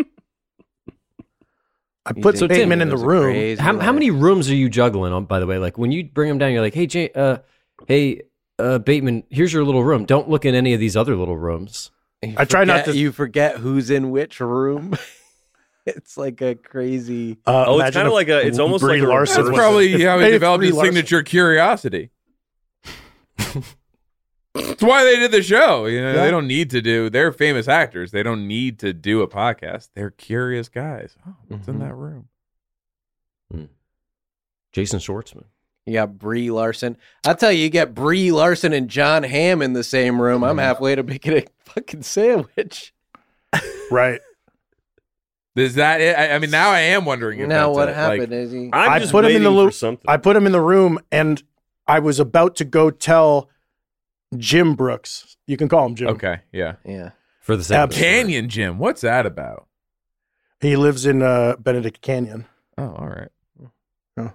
S6: I put
S7: So,
S6: some
S7: Tim,
S6: Bateman in the
S3: there's a
S6: room.
S3: craze
S7: How,
S3: with
S7: how
S3: it.
S7: many rooms are you juggling on? By the way, like when you bring them down, you're like, hey, Jay, uh, hey, uh, Bateman, here's your little room. Don't look in any of these other little rooms.
S3: You
S6: I try not
S3: forget-
S6: to-
S3: You forget who's in which room. it's like a crazy.
S6: Uh,
S2: Oh, it's
S6: imagine
S2: kinda
S6: if
S2: like a- it's almost
S6: Brie
S2: like a reverse-
S6: Larson.
S4: That's
S6: was-
S4: probably
S6: if-
S4: how he
S6: if
S4: developed
S6: Brie
S4: his
S6: Larson-
S4: signature curiosity. That's why they did the show. You know,
S6: Yeah.
S4: they don't need to do. They're famous actors. They don't need to do a podcast. They're curious guys. Oh, what's in
S6: Mm-hmm.
S7: Mhm.
S4: that room?
S7: Jason Schwartzman.
S3: You got Brie Larson. I tell you, you get Brie Larson and John Hamm in the same room.
S6: Mm-hmm.
S3: I'm halfway to making a fucking sandwich.
S6: Right.
S4: Is that it? I, I mean, now I am wondering. If
S3: Now
S4: that's
S3: what
S4: it.
S3: happened
S4: Like,
S3: is he?
S2: I'm
S6: I
S2: just
S6: put him in
S2: waiting
S6: the
S2: for
S6: loop.
S2: something.
S6: I put him in the room, and I was about to go tell Jim Brooks. You can call him Jim.
S4: okay, yeah.
S3: yeah.
S7: For the sake of the story.
S4: Canyon Jim. What's that about?
S6: He lives in uh, Benedict Canyon.
S4: Oh, all right.
S6: Oh.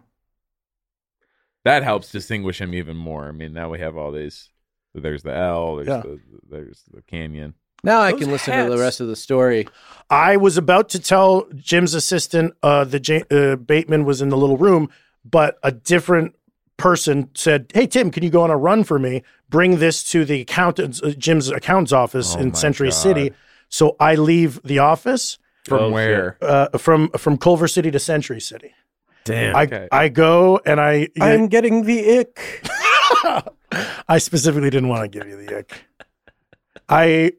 S4: That helps distinguish him even more. I mean, now we have all these. There's the L. There's
S6: Yeah.
S4: the there's the canyon.
S3: Now I
S2: Those
S3: can listen to the
S2: hats.
S3: rest of the story.
S6: I was about to tell Jim's assistant uh, the J- uh, Bateman was in the little room, but a different person said, "Hey Tim, can you go on a run for me? Bring this to the accountant's uh, Jim's account's office
S4: Oh
S6: in
S4: my
S6: Century
S4: God.
S6: City." So I leave the office
S4: From
S2: Oh,
S4: where?
S6: uh, from from Culver City to Century City.
S7: Damn.
S6: I
S4: Okay.
S6: I go and I
S3: getting the ick.
S6: I specifically didn't want to give you the ick. I,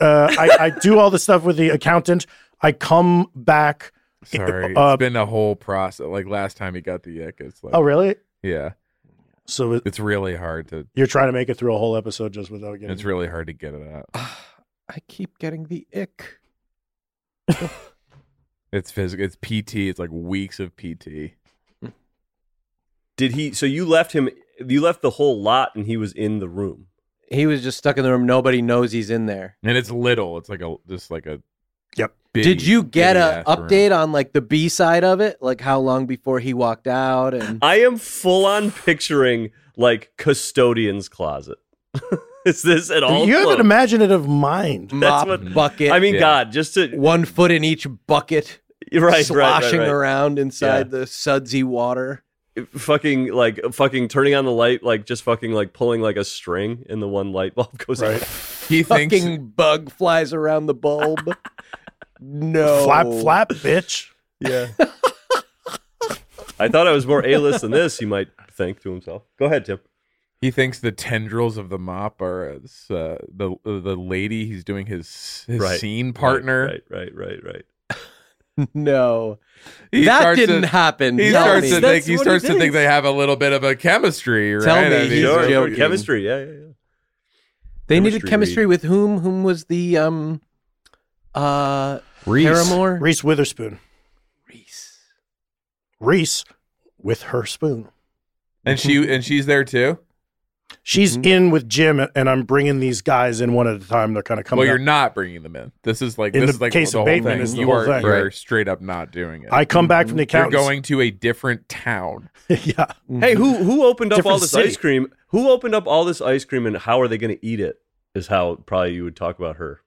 S6: uh, I I do all the stuff with the accountant. I come back.
S4: Sorry,
S6: uh,
S4: it's been a whole process. Like last time he got the yick, it's like,
S6: Oh, really?
S4: yeah,
S6: So it,
S4: it's really hard to,
S6: you're trying to make it through a whole episode just without getting.
S4: it's really hard to get it out.
S3: I keep getting the ick.
S4: It's physical. It's PT. It's like weeks of PT.
S2: Did he? So you left him. You left the whole lot, and he was in the room.
S3: He was just stuck in the room. Nobody knows he's in there.
S4: And it's little. It's like a just like a.
S6: Yep.
S4: bitty-
S3: Did you get a
S4: bitty-ass room.
S3: update on like the B side of it? Like how long before he walked out and
S2: I am full on picturing like custodian's closet. Is this at all?
S6: you have
S2: close?
S6: an imaginative mind.
S3: mop
S2: what-
S3: bucket?
S2: I mean,
S4: Yeah.
S2: God, just to
S3: one foot in each bucket,
S2: right, right, right,
S3: sloshing
S2: right.
S3: around inside
S2: Yeah.
S3: the sudsy water.
S2: fucking like fucking turning on the light, like just fucking like pulling like a string, and the one light bulb goes
S6: Right.
S4: He thinks.
S3: Fucking bug flies around the bulb. no
S6: Flap, flap, bitch.
S2: Yeah. I thought I was more A list than this, he might think to himself. Go ahead, Tim.
S4: He thinks the tendrils of the mop are uh, s- uh, the the lady he's doing his his
S2: Right.
S4: scene partner.
S2: Right, right, right, right. right.
S3: No,
S4: He
S3: that
S4: starts to-
S3: didn't happen.
S4: He
S3: Tell
S4: starts
S3: me.
S4: to think.
S7: That's
S4: He
S7: what
S4: starts
S7: he
S4: to think
S7: thinks.
S4: they have a little bit of a chemistry.
S3: Tell
S4: right?
S3: me
S4: I mean,
S3: he's
S2: Sure, sure,
S3: joking.
S2: Chemistry, yeah, yeah, yeah.
S3: they
S2: chemistry
S3: needed chemistry
S2: read.
S3: with whom? Whom was the um uh
S7: Reese.
S3: Paramore?
S6: Reese Witherspoon.
S3: Reese.
S6: Reese with her spoon.
S4: And she and she's there too.
S6: She's in with Jim, and I'm bringing these guys in one at a time. They're kind of coming.
S4: well, you're
S6: up.
S4: not bringing them in. This is like
S6: In
S4: this
S6: the
S4: is like
S6: case
S4: the
S6: of
S4: whole
S6: Bateman
S4: thing.
S6: is the
S4: you
S6: whole
S4: are
S6: thing.
S4: you're
S6: Right.
S4: straight up not doing it.
S6: I come back from the
S4: you're
S6: accountant's.
S4: going to a different town.
S6: yeah.
S2: Hey, who who opened up all
S6: Different
S2: this
S6: city.
S2: ice cream? Who opened up all this ice cream and how are they gonna eat it? Is how probably you would talk about her.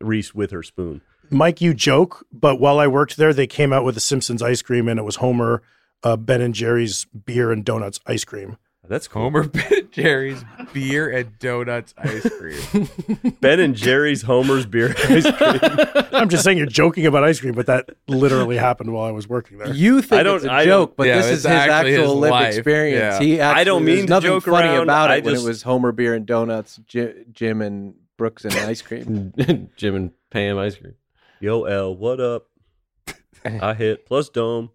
S2: Reese with her spoon.
S6: Mike, you joke, but while I worked there, they came out with the Simpsons ice cream, and it was Homer, uh, Ben and Jerry's beer and donuts ice cream.
S2: That's cool.
S4: Homer Ben Jerry's beer and donuts ice cream.
S2: Ben and Jerry's Homer's beer ice cream.
S6: I'm just saying you're joking about ice cream, but that literally happened while I was working there.
S3: You think
S2: I don't-
S3: it's a
S2: I don't-
S3: joke, but
S4: Yeah,
S3: this
S4: it's
S3: is his
S4: actually
S3: actual
S4: his
S3: lived
S4: life.
S3: experience.
S4: Yeah.
S3: He actually,
S2: I don't
S3: there's
S2: mean to
S3: nothing
S2: joke
S3: funny
S2: around.
S3: about it
S2: I
S3: when it
S2: just-
S3: was Homer beer and donuts, J- Jim and Brooks and ice cream.
S7: Jim and Pam ice cream.
S2: Yo L, what up? I hit plus dome.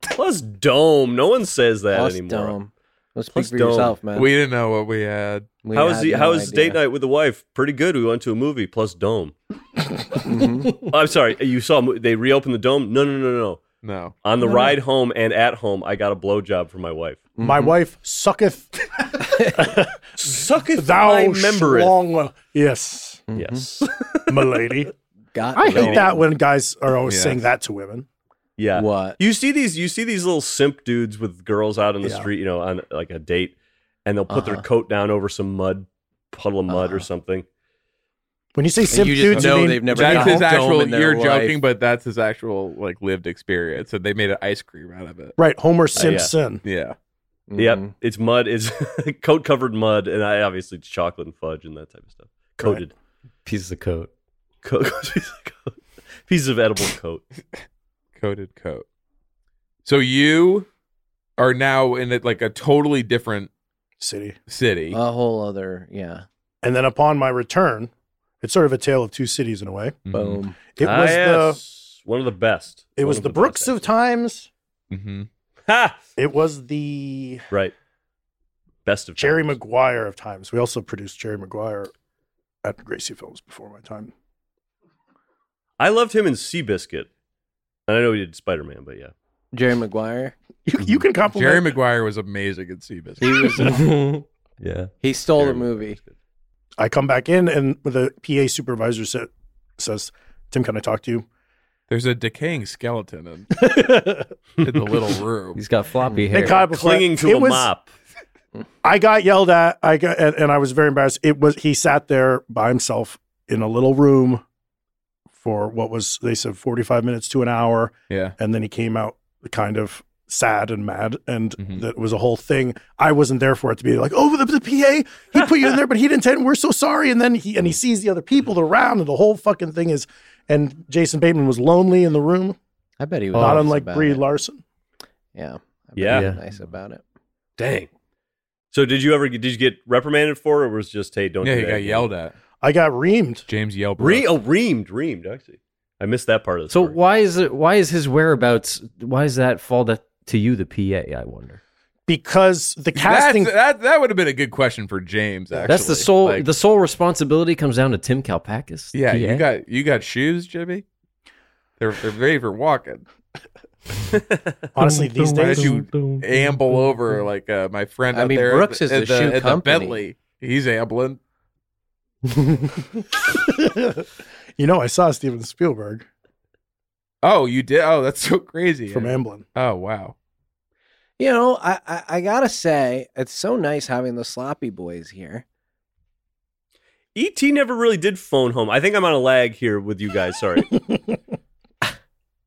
S2: Plus dome. No one says that
S3: Plus
S2: anymore.
S3: dome. Well, speak
S2: Plus
S3: for
S2: dome.
S3: yourself, man.
S4: we didn't know what we had.
S3: We
S2: How was
S3: had
S2: the
S3: no
S2: how was
S3: idea.
S2: date night with the wife? Pretty good. We went to a movie
S3: Mhm.
S2: Oh, plus dome. I'm sorry, you saw a mo- they reopened the dome. No, no, no, no.
S4: No.
S2: On the
S6: No.
S2: ride home and at home, I got a blowjob from my wife.
S3: Mm-hmm.
S6: My wife sucketh.
S2: sucketh
S6: thou
S2: thy membereth.
S6: schlong- Yes.
S3: Mm-hmm.
S2: Yes.
S6: Milady.
S3: Got
S6: I hate
S2: milady.
S6: that when guys are always
S2: Yeah.
S6: saying that to women.
S2: Yeah.
S3: What?
S2: You see these you see these little simp dudes with girls out in the
S6: Yeah.
S2: street, you know, on like a date and they'll put their
S6: Uh-huh.
S2: coat down over some mud, puddle of mud
S3: Uh-huh.
S2: or something.
S6: When you say simp
S3: you just
S6: dudes, you
S3: know
S6: mean,
S3: they've never
S4: That's
S3: got
S4: his
S3: a dome
S4: actual.
S3: in their
S4: You're
S3: life.
S4: joking, but that's his actual like lived experience, and they made an ice cream out of it.
S6: right? Homer
S2: yeah.
S6: Simpson.
S4: Yeah.
S3: Mm-hmm.
S2: Yep. It's mud, it's coat covered mud, and I obviously it's chocolate and fudge and that type of stuff.
S6: Right.
S2: Coated.
S7: Pieces of coat.
S2: Co- piece of coat. Piece of edible coat.
S4: coated coat. So you are now in it like a totally different
S6: City.
S4: city.
S3: A whole other, yeah.
S6: And then upon my return, it's sort of a tale of two cities in a way.
S4: Mhm.
S3: Boom.
S6: It
S2: Ah,
S6: was the
S2: yes. one of the best.
S6: it
S2: One
S6: was
S2: of
S6: the, Brooks
S2: best,
S6: of times.
S4: Mhm.
S2: Ha!
S6: It was the
S2: Right. Best of
S6: Jerry
S2: times.
S6: Maguire of times. We also produced Jerry Maguire at Gracie Films before my time.
S2: I loved him in Seabiscuit. And I know he did Spider Man, but yeah.
S3: Jerry Maguire.
S6: You, you can compliment
S4: Jerry Maguire was amazing at Seabiscuit.
S3: He was.
S2: Yeah.
S3: he stole the
S2: Jerry
S3: movie.
S6: I come back in and the PA supervisor said, says, Tim, can I talk to you?
S4: There's a decaying skeleton in, in the little room.
S7: He's got floppy hair.
S6: And Kyle was like-
S2: Clinging to
S6: it
S2: a
S6: was,
S2: mop.
S6: I got yelled at. I got, and, and I was very embarrassed. It was, he sat there by himself in a little room for what was, they said 45 minutes to an hour.
S4: Yeah.
S6: And then he came out kind of sad and mad. And
S3: Mm-hmm.
S4: Mhm.
S6: that was a whole thing. I wasn't there for it to be like, oh, the, the PA, he put you in there, but he didn't intend. We're so sorry. And then he,
S3: Mm-hmm.
S6: and he sees the other people around and the whole fucking thing is, and Jason Bateman was lonely in the room.
S3: I bet he was.
S6: Not
S3: nice
S6: unlike
S3: about
S6: Brie
S3: it.
S6: Larson.
S3: Yeah. I bet he
S2: Yeah.
S3: was Nice about it.
S2: Dang. So did you ever did you get reprimanded for it, or was it just hey don't
S4: Yeah,
S2: do
S4: he
S2: that
S4: got
S2: again?
S4: yelled at.
S6: I got reamed.
S4: James yelled.
S2: Re- oh reamed reamed actually I missed that part of the
S7: So
S2: story.
S7: why is it? Why is his whereabouts? Why does that fall to, to you, the PA? I wonder.
S6: because the casting
S4: That's, that that would have been a good question for James. Actually,
S7: That's the sole.
S4: Like,
S7: the sole responsibility comes down to Tim Kalpakis. the
S4: yeah,
S7: PA.
S4: you got you got shoes, Jimmy. They're they're made for walking.
S6: honestly these
S4: Why did
S6: days
S4: you amble over like uh, my friend?
S3: I
S4: out
S3: mean,
S4: there
S3: Brooks is
S4: at the,
S3: the
S4: at the,
S3: shoe
S4: at the
S3: company.
S4: Bentley. He's ambling.
S6: you know I saw Steven Spielberg
S4: Oh, you did. Oh, that's so crazy.
S6: from Amblin.
S4: oh wow.
S3: You know, I, I, I gotta say, it's so nice having the sloppy boys here.
S2: ET E never really did phone home. I think I'm on a lag here with you guys. Sorry.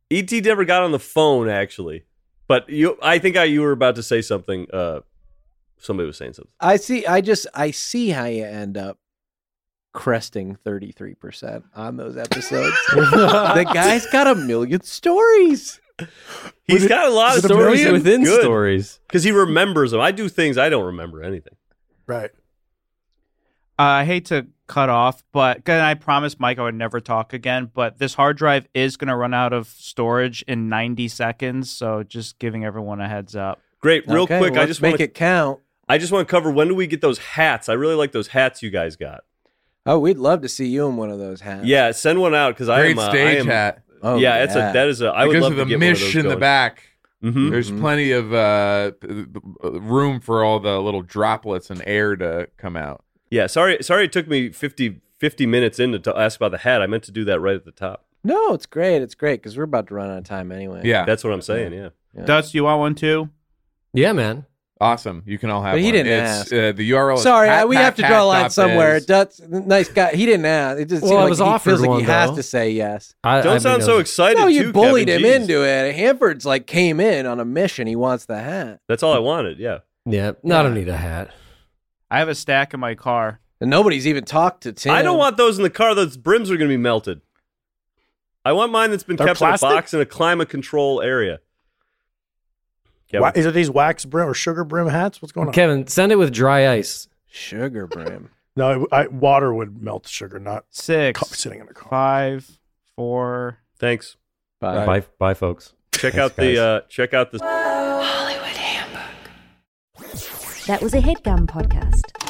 S2: ET never got on the phone actually, but you I think I, you were about to say something. Uh, somebody was saying something.
S3: I see. I just I see how you end up cresting thirty three percent on those episodes. the guy's got a million stories.
S2: He's got a lot of
S6: was it a
S2: stories
S6: million?
S7: within
S2: good,
S7: stories.
S2: because he remembers them. I do things I don't remember anything.
S6: Right.
S8: Uh, I hate to cut off, but and I promised Mike I would never talk again. But this hard drive is going to run out of storage in 90 seconds, so just giving everyone a heads up.
S2: Great. Real
S3: Okay,
S2: quick, I
S3: let's
S2: just
S3: make
S2: want to
S3: it count.
S2: I just want to cover when do we get those hats? I really like those hats you guys got.
S3: Oh, we'd love to see you in one of those hats.
S2: Yeah, send one out because I
S4: Great
S2: am. Uh,
S4: stage
S2: I am,
S4: hat.
S3: Oh,
S2: yeah, it's a that is a. I would
S4: because
S2: love
S4: of
S2: to
S4: the
S2: get one of
S4: mish
S2: those
S4: in the
S2: going.
S4: back.
S2: Mhm.
S4: There's
S3: Mhm.
S4: plenty of uh, p- p- room for all the little droplets and air to come out.
S2: Yeah, sorry, sorry, it took me 50, 50 minutes in to t- ask about the hat. I meant to do that right at the top.
S3: no, it's great. It's great because we're about to run out of time anyway.
S4: Yeah,
S2: That's what I'm saying. Yeah,
S3: Yeah.
S8: Dust, you want one too?
S7: Yeah, man.
S4: awesome. You can all have.
S3: But he
S4: one.
S3: didn't
S4: it's,
S3: ask.
S4: Uh, the URL. is
S3: Sorry,
S4: hat-
S3: we
S4: hat-
S3: have to draw a line
S4: hat.biz.
S3: somewhere. Dutz, nice guy. He didn't ask. It just
S7: Well,
S3: seemed
S7: I
S3: like
S7: was
S3: he
S7: offered
S3: feels like he
S7: one,
S3: has
S7: though.
S3: to say yes.
S7: I,
S2: don't
S7: I
S2: sound
S7: mean,
S2: so
S7: uh,
S2: excited.
S3: No, you
S2: too,
S3: bullied
S2: Kevin,
S3: him
S2: Jeez.
S3: into it. Hanford's like came in on a mission. He wants the hat.
S2: That's all I wanted. Yeah,
S7: Yeah, no, I don't need a hat.
S8: I have a stack in my car.
S3: And nobody's even talked to Tim.
S2: I don't want those in the car. Those brims are going to be melted. I want mine that's been
S6: They're
S2: kept
S6: plastic?
S2: in a box in a climate control area. Kevin.
S6: Why, is it these wax brim or sugar brim hats? What's going on?
S7: Kevin, send it with dry ice.
S3: sugar brim.
S6: No, I, I, water would melt sugar, not
S8: Six,
S6: co- sitting in a car.
S8: five, four.
S2: Thanks.
S3: Bye.
S7: Bye, bye, folks.
S2: Check
S7: Thanks,
S2: out the
S7: guys.
S2: uh, check out the
S10: That was a headgum podcast.